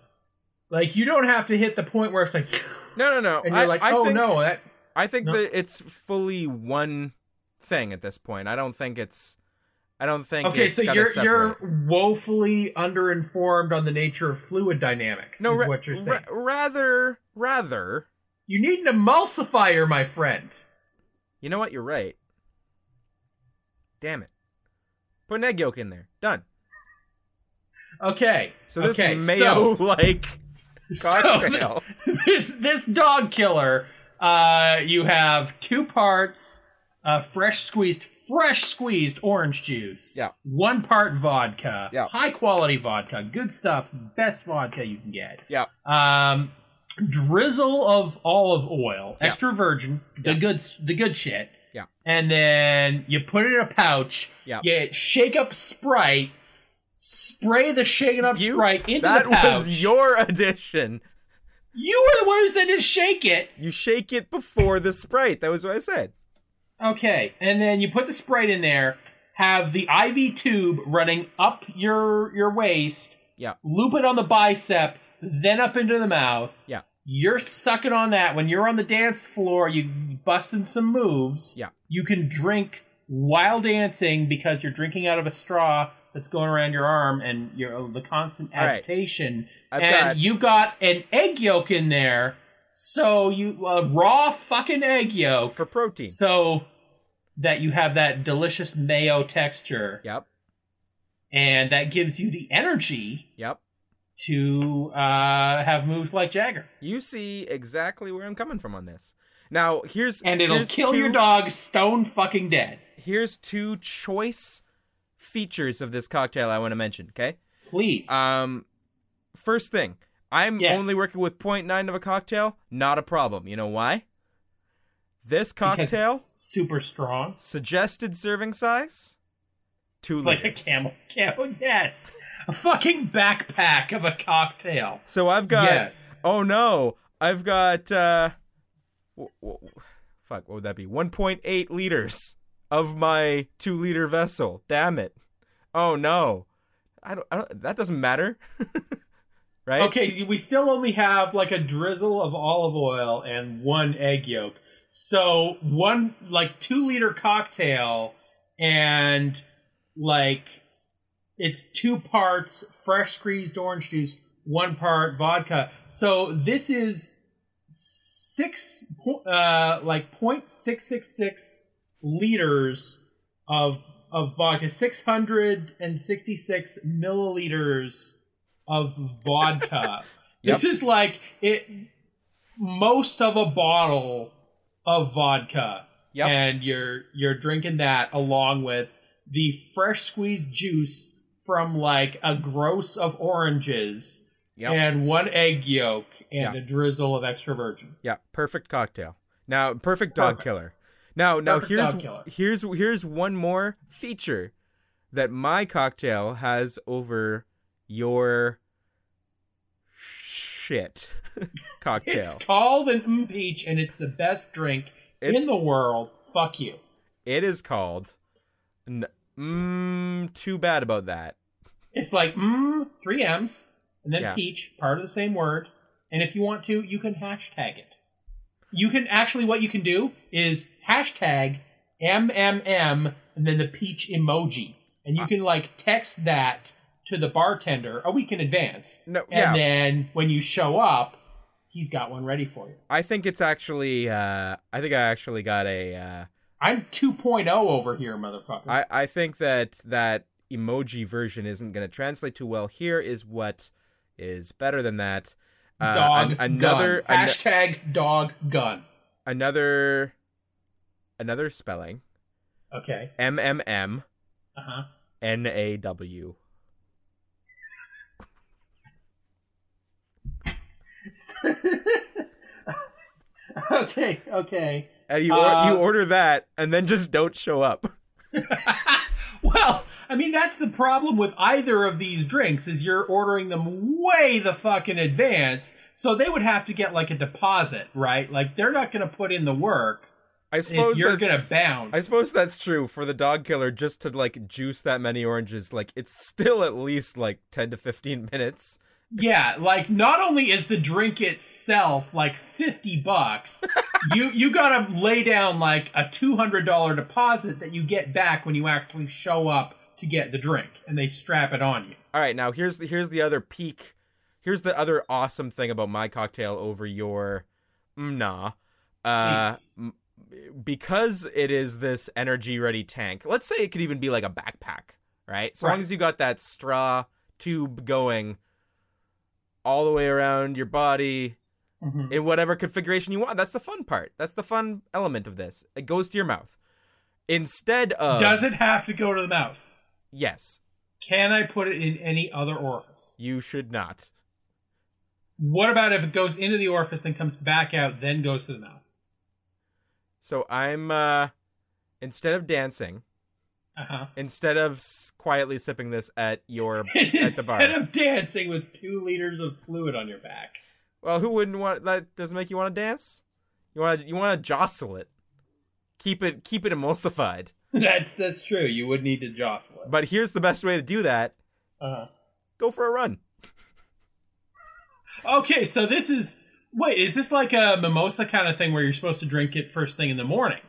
[SPEAKER 3] Like, you don't have to hit the point where it's like, [LAUGHS]
[SPEAKER 1] No, no, no.
[SPEAKER 3] and you're
[SPEAKER 1] I,
[SPEAKER 3] like,
[SPEAKER 1] I
[SPEAKER 3] oh
[SPEAKER 1] think,
[SPEAKER 3] no, that.
[SPEAKER 1] I think
[SPEAKER 3] No.
[SPEAKER 1] that it's fully one thing at this point. I don't think it's. I don't think.
[SPEAKER 3] Okay,
[SPEAKER 1] it's
[SPEAKER 3] so
[SPEAKER 1] gotta
[SPEAKER 3] you're
[SPEAKER 1] separate.
[SPEAKER 3] you're woefully underinformed on the nature of fluid dynamics.
[SPEAKER 1] no,
[SPEAKER 3] is
[SPEAKER 1] ra-
[SPEAKER 3] what you're saying.
[SPEAKER 1] ra- rather, rather.
[SPEAKER 3] you need an emulsifier, my friend.
[SPEAKER 1] You know what? You're right. Damn it. Put an egg yolk in there. Done.
[SPEAKER 3] Okay.
[SPEAKER 1] So this
[SPEAKER 3] okay, so-
[SPEAKER 1] mayo [LAUGHS] like cocktail.
[SPEAKER 3] [LAUGHS] So th- [LAUGHS] this this dog killer. Uh, you have two parts, uh, fresh squeezed, fresh squeezed orange juice.
[SPEAKER 1] Yeah.
[SPEAKER 3] One part vodka.
[SPEAKER 1] Yeah.
[SPEAKER 3] High quality vodka, good stuff, best vodka you can get.
[SPEAKER 1] Yeah.
[SPEAKER 3] Um, drizzle of olive oil,
[SPEAKER 1] Yeah.
[SPEAKER 3] extra virgin, the
[SPEAKER 1] Yeah.
[SPEAKER 3] good s- the good shit.
[SPEAKER 1] Yeah.
[SPEAKER 3] And then you put it in a pouch.
[SPEAKER 1] Yeah.
[SPEAKER 3] You shake up Sprite. Spray the shaken up
[SPEAKER 1] You-
[SPEAKER 3] Sprite into
[SPEAKER 1] that
[SPEAKER 3] the pouch.
[SPEAKER 1] was your addition.
[SPEAKER 3] you were the one who said to shake it.
[SPEAKER 1] You shake it before the sprite. That was what I said.
[SPEAKER 3] Okay, and then you put the Sprite in there. Have the IV tube running up your your waist.
[SPEAKER 1] Yeah.
[SPEAKER 3] Loop it on the bicep, then up into the mouth.
[SPEAKER 1] Yeah.
[SPEAKER 3] You're sucking on that. When you're on the dance floor, you busting some moves.
[SPEAKER 1] Yeah.
[SPEAKER 3] You can drink while dancing because you're drinking out of a straw that's going around your arm and your the constant
[SPEAKER 1] All right.
[SPEAKER 3] agitation.
[SPEAKER 1] I've
[SPEAKER 3] and
[SPEAKER 1] got-
[SPEAKER 3] you've got an egg yolk in there. So you a raw fucking egg yolk
[SPEAKER 1] For protein.
[SPEAKER 3] so that you have that delicious mayo texture
[SPEAKER 1] Yep.
[SPEAKER 3] and that gives you the energy
[SPEAKER 1] Yep.
[SPEAKER 3] to uh, have moves like jagger
[SPEAKER 1] You see exactly where I'm coming from on this. Now, here's
[SPEAKER 3] and it'll
[SPEAKER 1] here's
[SPEAKER 3] kill your
[SPEAKER 1] two-
[SPEAKER 3] dog stone fucking dead
[SPEAKER 1] Here's two choice features of this cocktail I want to mention, okay?
[SPEAKER 3] please
[SPEAKER 1] Um, first thing, I'm
[SPEAKER 3] Yes.
[SPEAKER 1] only working with 0.9 of a cocktail. Not a problem. You know why? This
[SPEAKER 3] Because it's
[SPEAKER 1] cocktail
[SPEAKER 3] super strong
[SPEAKER 1] suggested serving size two
[SPEAKER 3] it's
[SPEAKER 1] liters.
[SPEAKER 3] like a camel [LAUGHS] camel yes a fucking backpack of a cocktail
[SPEAKER 1] So I've got.
[SPEAKER 3] Yes.
[SPEAKER 1] Oh no, I've got. uh w- w- Fuck, what would that be? 1.8 liters of my two-liter vessel. Damn it! Oh no, I don't. I don't that doesn't matter, [LAUGHS] right?
[SPEAKER 3] okay we still only have like a drizzle of olive oil and one egg yolk so one like two liter cocktail and like it's two parts fresh squeezed orange juice one part vodka so this is six po- uh like 0.666 liters of of vodka 666 milliliters of
[SPEAKER 1] [LAUGHS]
[SPEAKER 3] vodka this is like it most of a bottle of vodka
[SPEAKER 1] Yep.
[SPEAKER 3] and you're you're drinking that along with the fresh squeezed juice from like a gross of oranges
[SPEAKER 1] Yep.
[SPEAKER 3] and one egg yolk
[SPEAKER 1] Yeah.
[SPEAKER 3] and a drizzle of extra virgin.
[SPEAKER 1] Yeah, perfect cocktail. Now, perfect dog
[SPEAKER 3] Perfect.
[SPEAKER 1] killer. Now, now
[SPEAKER 3] Perfect
[SPEAKER 1] here's
[SPEAKER 3] dog killer.
[SPEAKER 1] here's here's one more feature that my cocktail has over your shit cocktail.
[SPEAKER 3] [LAUGHS] It's called an mm peach and it's the best drink
[SPEAKER 1] It's-
[SPEAKER 3] in the world. Fuck you.
[SPEAKER 1] It is called. N- mm, too bad about that.
[SPEAKER 3] It's like mm, three M's and then
[SPEAKER 1] Yeah.
[SPEAKER 3] peach, part of the same word. And if you want to, you can hashtag it. You can actually what you can do is hashtag MMM and then the peach emoji, and
[SPEAKER 1] Ah.
[SPEAKER 3] you can like text that to the bartender a week in advance.
[SPEAKER 1] No,
[SPEAKER 3] and
[SPEAKER 1] yeah.
[SPEAKER 3] then when you show up, he's got one ready for you.
[SPEAKER 1] I think it's actually. Uh, I think I actually got a. Uh,
[SPEAKER 3] I'm 2.0 over here, motherfucker.
[SPEAKER 1] I I think that that emoji version isn't going to translate too well. Here is what is better than that. Uh,
[SPEAKER 3] dog
[SPEAKER 1] an- another
[SPEAKER 3] gun.
[SPEAKER 1] an-
[SPEAKER 3] hashtag dog gun.
[SPEAKER 1] another another spelling
[SPEAKER 3] Okay.
[SPEAKER 1] M M M
[SPEAKER 3] Uh huh.
[SPEAKER 1] N A W.
[SPEAKER 3] [LAUGHS] okay, okay.
[SPEAKER 1] And you or- you
[SPEAKER 3] Uh,
[SPEAKER 1] order that and then just don't show up.
[SPEAKER 3] [LAUGHS]
[SPEAKER 1] [LAUGHS]
[SPEAKER 3] well, I mean that's the problem with either of these drinks is you're ordering them way the fuck in advance, so they would have to get like a deposit, right? Like they're not going to put in the work
[SPEAKER 1] I
[SPEAKER 3] if
[SPEAKER 1] suppose
[SPEAKER 3] you're
[SPEAKER 1] that's-
[SPEAKER 3] going to bounce.
[SPEAKER 1] I suppose that's true for the dog killer just to like juice that many oranges like it's still at least like 10 to 15 [LAUGHS] minutes.
[SPEAKER 3] Yeah, like not only is the drink itself like 50
[SPEAKER 1] [LAUGHS]
[SPEAKER 3] bucks, you you got to lay down like a $200 deposit that you get back when you actually show up to get the drink and they strap it on you.
[SPEAKER 1] All right, now here's the, here's the other peak. Here's the other awesome thing about my cocktail over your mm, nah. Uh
[SPEAKER 3] Please.
[SPEAKER 1] m- because it is this energy ready tank. Let's say it could even be like a backpack, right? So long
[SPEAKER 3] Right.
[SPEAKER 1] as you got that straw tube going all the way around your body,
[SPEAKER 3] Mhm.
[SPEAKER 1] in whatever configuration you want. That's the fun part. That's the fun element of this. It goes to your mouth. Instead of
[SPEAKER 3] Does it have to go to the mouth?
[SPEAKER 1] yes,
[SPEAKER 3] Can I put it in any other orifice?
[SPEAKER 1] you should not.
[SPEAKER 3] What about if it goes into the orifice and comes back out, then goes to the mouth?
[SPEAKER 1] So I'm uh instead of dancing,
[SPEAKER 3] Uh huh.
[SPEAKER 1] instead of s- quietly sipping this at
[SPEAKER 3] [LAUGHS]
[SPEAKER 1] your [LAUGHS] at the bar.
[SPEAKER 3] Instead of dancing with two liters of fluid on your back. [LAUGHS]
[SPEAKER 1] well, who wouldn't want that? Doesn't make you want to dance. You want to you want to jostle it. Keep it keep it emulsified.
[SPEAKER 3] That's that's true. You would need to jostle it.
[SPEAKER 1] But here's the best way to do that:
[SPEAKER 3] Uh-huh.
[SPEAKER 1] go for a run.
[SPEAKER 3] Okay, so this is wait, is this like a mimosa kind of thing where you're supposed to drink it first thing in the morning?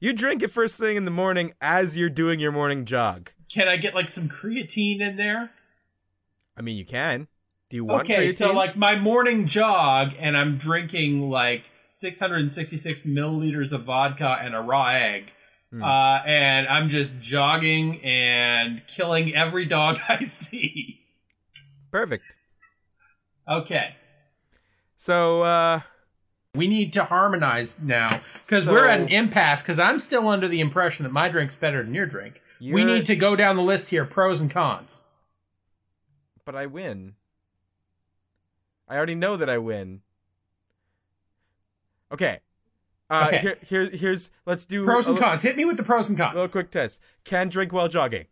[SPEAKER 1] You drink it first thing in the morning as you're doing your morning jog.
[SPEAKER 3] Can I get like some creatine in there?
[SPEAKER 1] I mean, you can. Do you want
[SPEAKER 3] okay, so
[SPEAKER 1] creatine?
[SPEAKER 3] like my morning jog and I'm drinking like 666 milliliters of vodka and a raw egg.
[SPEAKER 1] Hmm.
[SPEAKER 3] Uh, and I'm just jogging and killing every dog [LAUGHS] I see.
[SPEAKER 1] perfect.
[SPEAKER 3] Okay.
[SPEAKER 1] So uh,
[SPEAKER 3] We need to harmonize now because
[SPEAKER 1] So-
[SPEAKER 3] we're at an impasse. Because I'm still under the impression that my drink's better than your drink. We
[SPEAKER 1] You're-
[SPEAKER 3] need to go down the list here: pros and cons.
[SPEAKER 1] but I win. I already know that I win. Okay. Uh,
[SPEAKER 3] Okay.
[SPEAKER 1] Here, here, here's. Let's do
[SPEAKER 3] Pros
[SPEAKER 1] a
[SPEAKER 3] and
[SPEAKER 1] li-
[SPEAKER 3] cons. Hit me with the pros and cons.
[SPEAKER 1] little quick test. Can drink while jogging.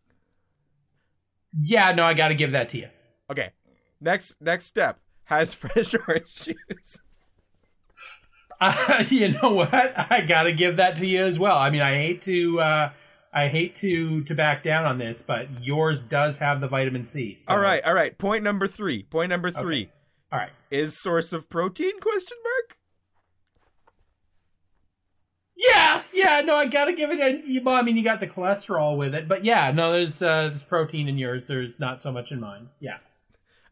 [SPEAKER 3] Yeah, no, I got to give that to you. [LAUGHS]
[SPEAKER 1] Okay. Next, next step has [LAUGHS] fresh orange juice.
[SPEAKER 3] Uh, you know what? I got to give that to you as well. I mean, I hate to, uh, I hate to to back down on this, but yours does have the vitamin C. so-
[SPEAKER 1] All right, all right. Point number three. Point number three
[SPEAKER 3] all right.
[SPEAKER 1] is source of protein? Question mark.
[SPEAKER 3] Yeah, yeah, no, I gotta give it. A, you- well, I mean, you got the cholesterol with it, but yeah, no, there's uh, there's protein in yours. There's not so much in mine. Yeah.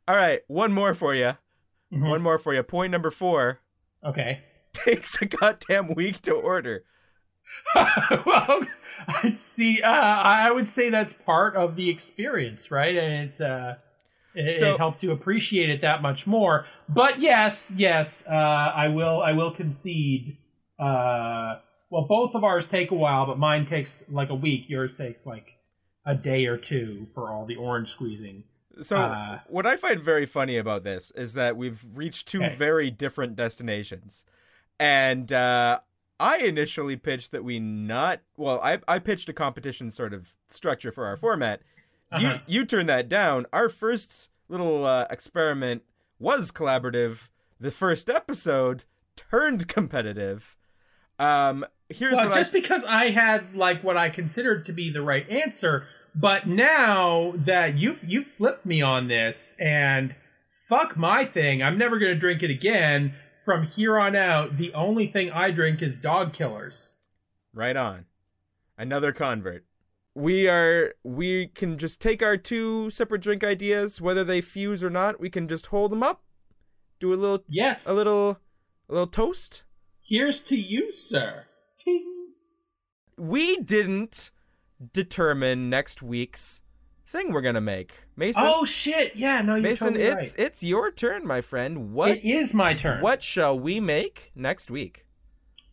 [SPEAKER 1] All right, one more for you.
[SPEAKER 3] Mhm.
[SPEAKER 1] One more for you. Point number four
[SPEAKER 3] Okay.
[SPEAKER 1] takes a goddamn week to order.
[SPEAKER 3] [LAUGHS] well, I see. Uh, I would say that's part of the experience, right? And it's uh, it,
[SPEAKER 1] So-
[SPEAKER 3] it helps you appreciate it that much more. But yes, yes, uh, I will. I will concede. Uh, well, both of ours take a while, but mine takes like a week. Yours takes like a day or two for all the orange squeezing.
[SPEAKER 1] So
[SPEAKER 3] Ah.
[SPEAKER 1] what I find very funny about this is that we've reached two
[SPEAKER 3] Okay.
[SPEAKER 1] very different destinations, and uh, I initially pitched that we not. Well, I I pitched a competition sort of structure for our format.
[SPEAKER 3] Uh-huh.
[SPEAKER 1] You you turned that down. Our first little uh, experiment was collaborative. The first episode turned competitive. Um, here's
[SPEAKER 3] Well,
[SPEAKER 1] what
[SPEAKER 3] just
[SPEAKER 1] I,
[SPEAKER 3] because I had like what I considered to be the right answer, but now that you've you flipped me on this and fuck my thing, I'm never gonna drink it again. From here on out, the only thing I drink is dog killers.
[SPEAKER 1] right on. Another convert. We are we can just take our two separate drink ideas, whether they fuse or not. We can just hold them up, do a little
[SPEAKER 3] Yes.
[SPEAKER 1] a little a little toast.
[SPEAKER 3] Here's to you, sir. Ting.
[SPEAKER 1] We didn't determine next week's thing we're gonna make. Mason,
[SPEAKER 3] Oh shit! Yeah, no, you're
[SPEAKER 1] Mason,
[SPEAKER 3] totally
[SPEAKER 1] it's
[SPEAKER 3] right.
[SPEAKER 1] it's your turn, my friend. What
[SPEAKER 3] it is my turn.
[SPEAKER 1] what shall we make next week?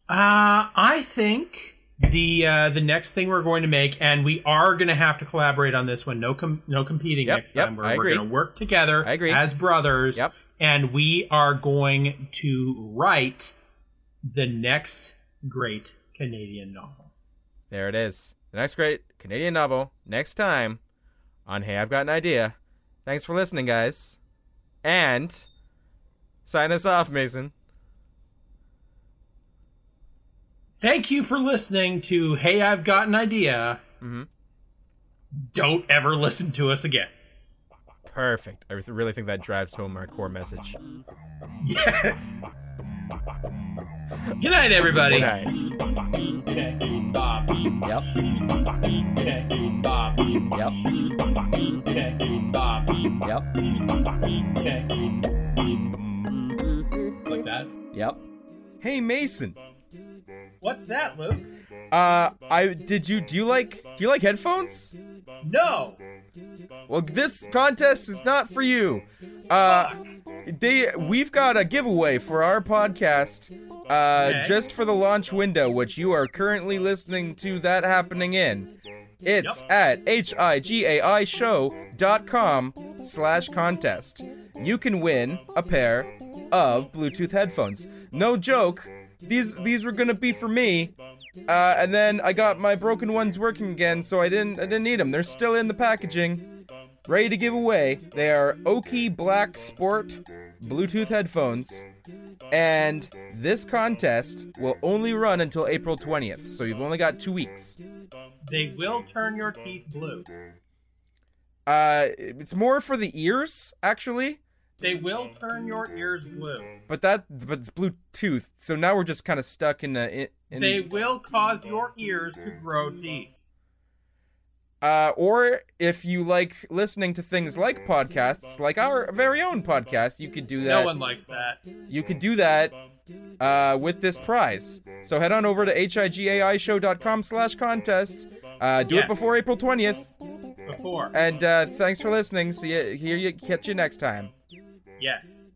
[SPEAKER 3] Uh, I think the uh, the next thing we're going to make, and we are going to have to collaborate on this one. No, com- no competing
[SPEAKER 1] Yep,
[SPEAKER 3] next
[SPEAKER 1] yep,
[SPEAKER 3] time. We're,
[SPEAKER 1] I agree.
[SPEAKER 3] we're going to work together
[SPEAKER 1] I agree.
[SPEAKER 3] as brothers,
[SPEAKER 1] Yep.
[SPEAKER 3] and we are going to write the next great Canadian novel.
[SPEAKER 1] There it is. The next great Canadian novel next time on Hey, I've Got an Idea. Thanks for listening, guys. And sign us off, Mason.
[SPEAKER 3] Thank you for listening to Hey, I've Got an Idea.
[SPEAKER 1] Mhm.
[SPEAKER 3] Don't ever listen to us again.
[SPEAKER 1] Perfect. I really think that drives home our core message.
[SPEAKER 3] Yes. Good night, everybody.
[SPEAKER 1] Good night. Yep. Yep. Yep.
[SPEAKER 3] Like that.
[SPEAKER 1] Yep. Hey, Mason.
[SPEAKER 3] What's that, Luke?
[SPEAKER 1] Uh, I did you do you like do you like headphones?
[SPEAKER 3] No.
[SPEAKER 1] Well, this contest is not for you. Uh, they we've got a giveaway for our podcast, uh,
[SPEAKER 3] Okay.
[SPEAKER 1] just for the launch window, which you are currently listening to that happening in. It's at higaishow.com slash contest. You can win a pair of Bluetooth headphones. No joke, these these were gonna be for me, uh, and then I got my broken ones working again, so I didn't I didn't need them. They're still in the packaging, ready to give away. They are Oki Black Sport Bluetooth headphones, and this contest will only run until April 20th. So you've only got two weeks.
[SPEAKER 3] They will turn your teeth blue.
[SPEAKER 1] Uh, it's more for the ears actually.
[SPEAKER 3] They will turn your ears blue.
[SPEAKER 1] But that, but it's Bluetooth, so now we're just kind of stuck in a. In, in-
[SPEAKER 3] They will cause your ears to grow teeth.
[SPEAKER 1] Uh, or if you like listening to things like podcasts, like our very own podcast, you could do that.
[SPEAKER 3] No one likes that.
[SPEAKER 1] You could do that uh, with this prize. So head on over to higaishow.com slash contest. Uh, do it
[SPEAKER 3] Yes.
[SPEAKER 1] before April 20th.
[SPEAKER 3] Before.
[SPEAKER 1] And uh, thanks for listening. See you, hear you, catch you next time.
[SPEAKER 3] Yes.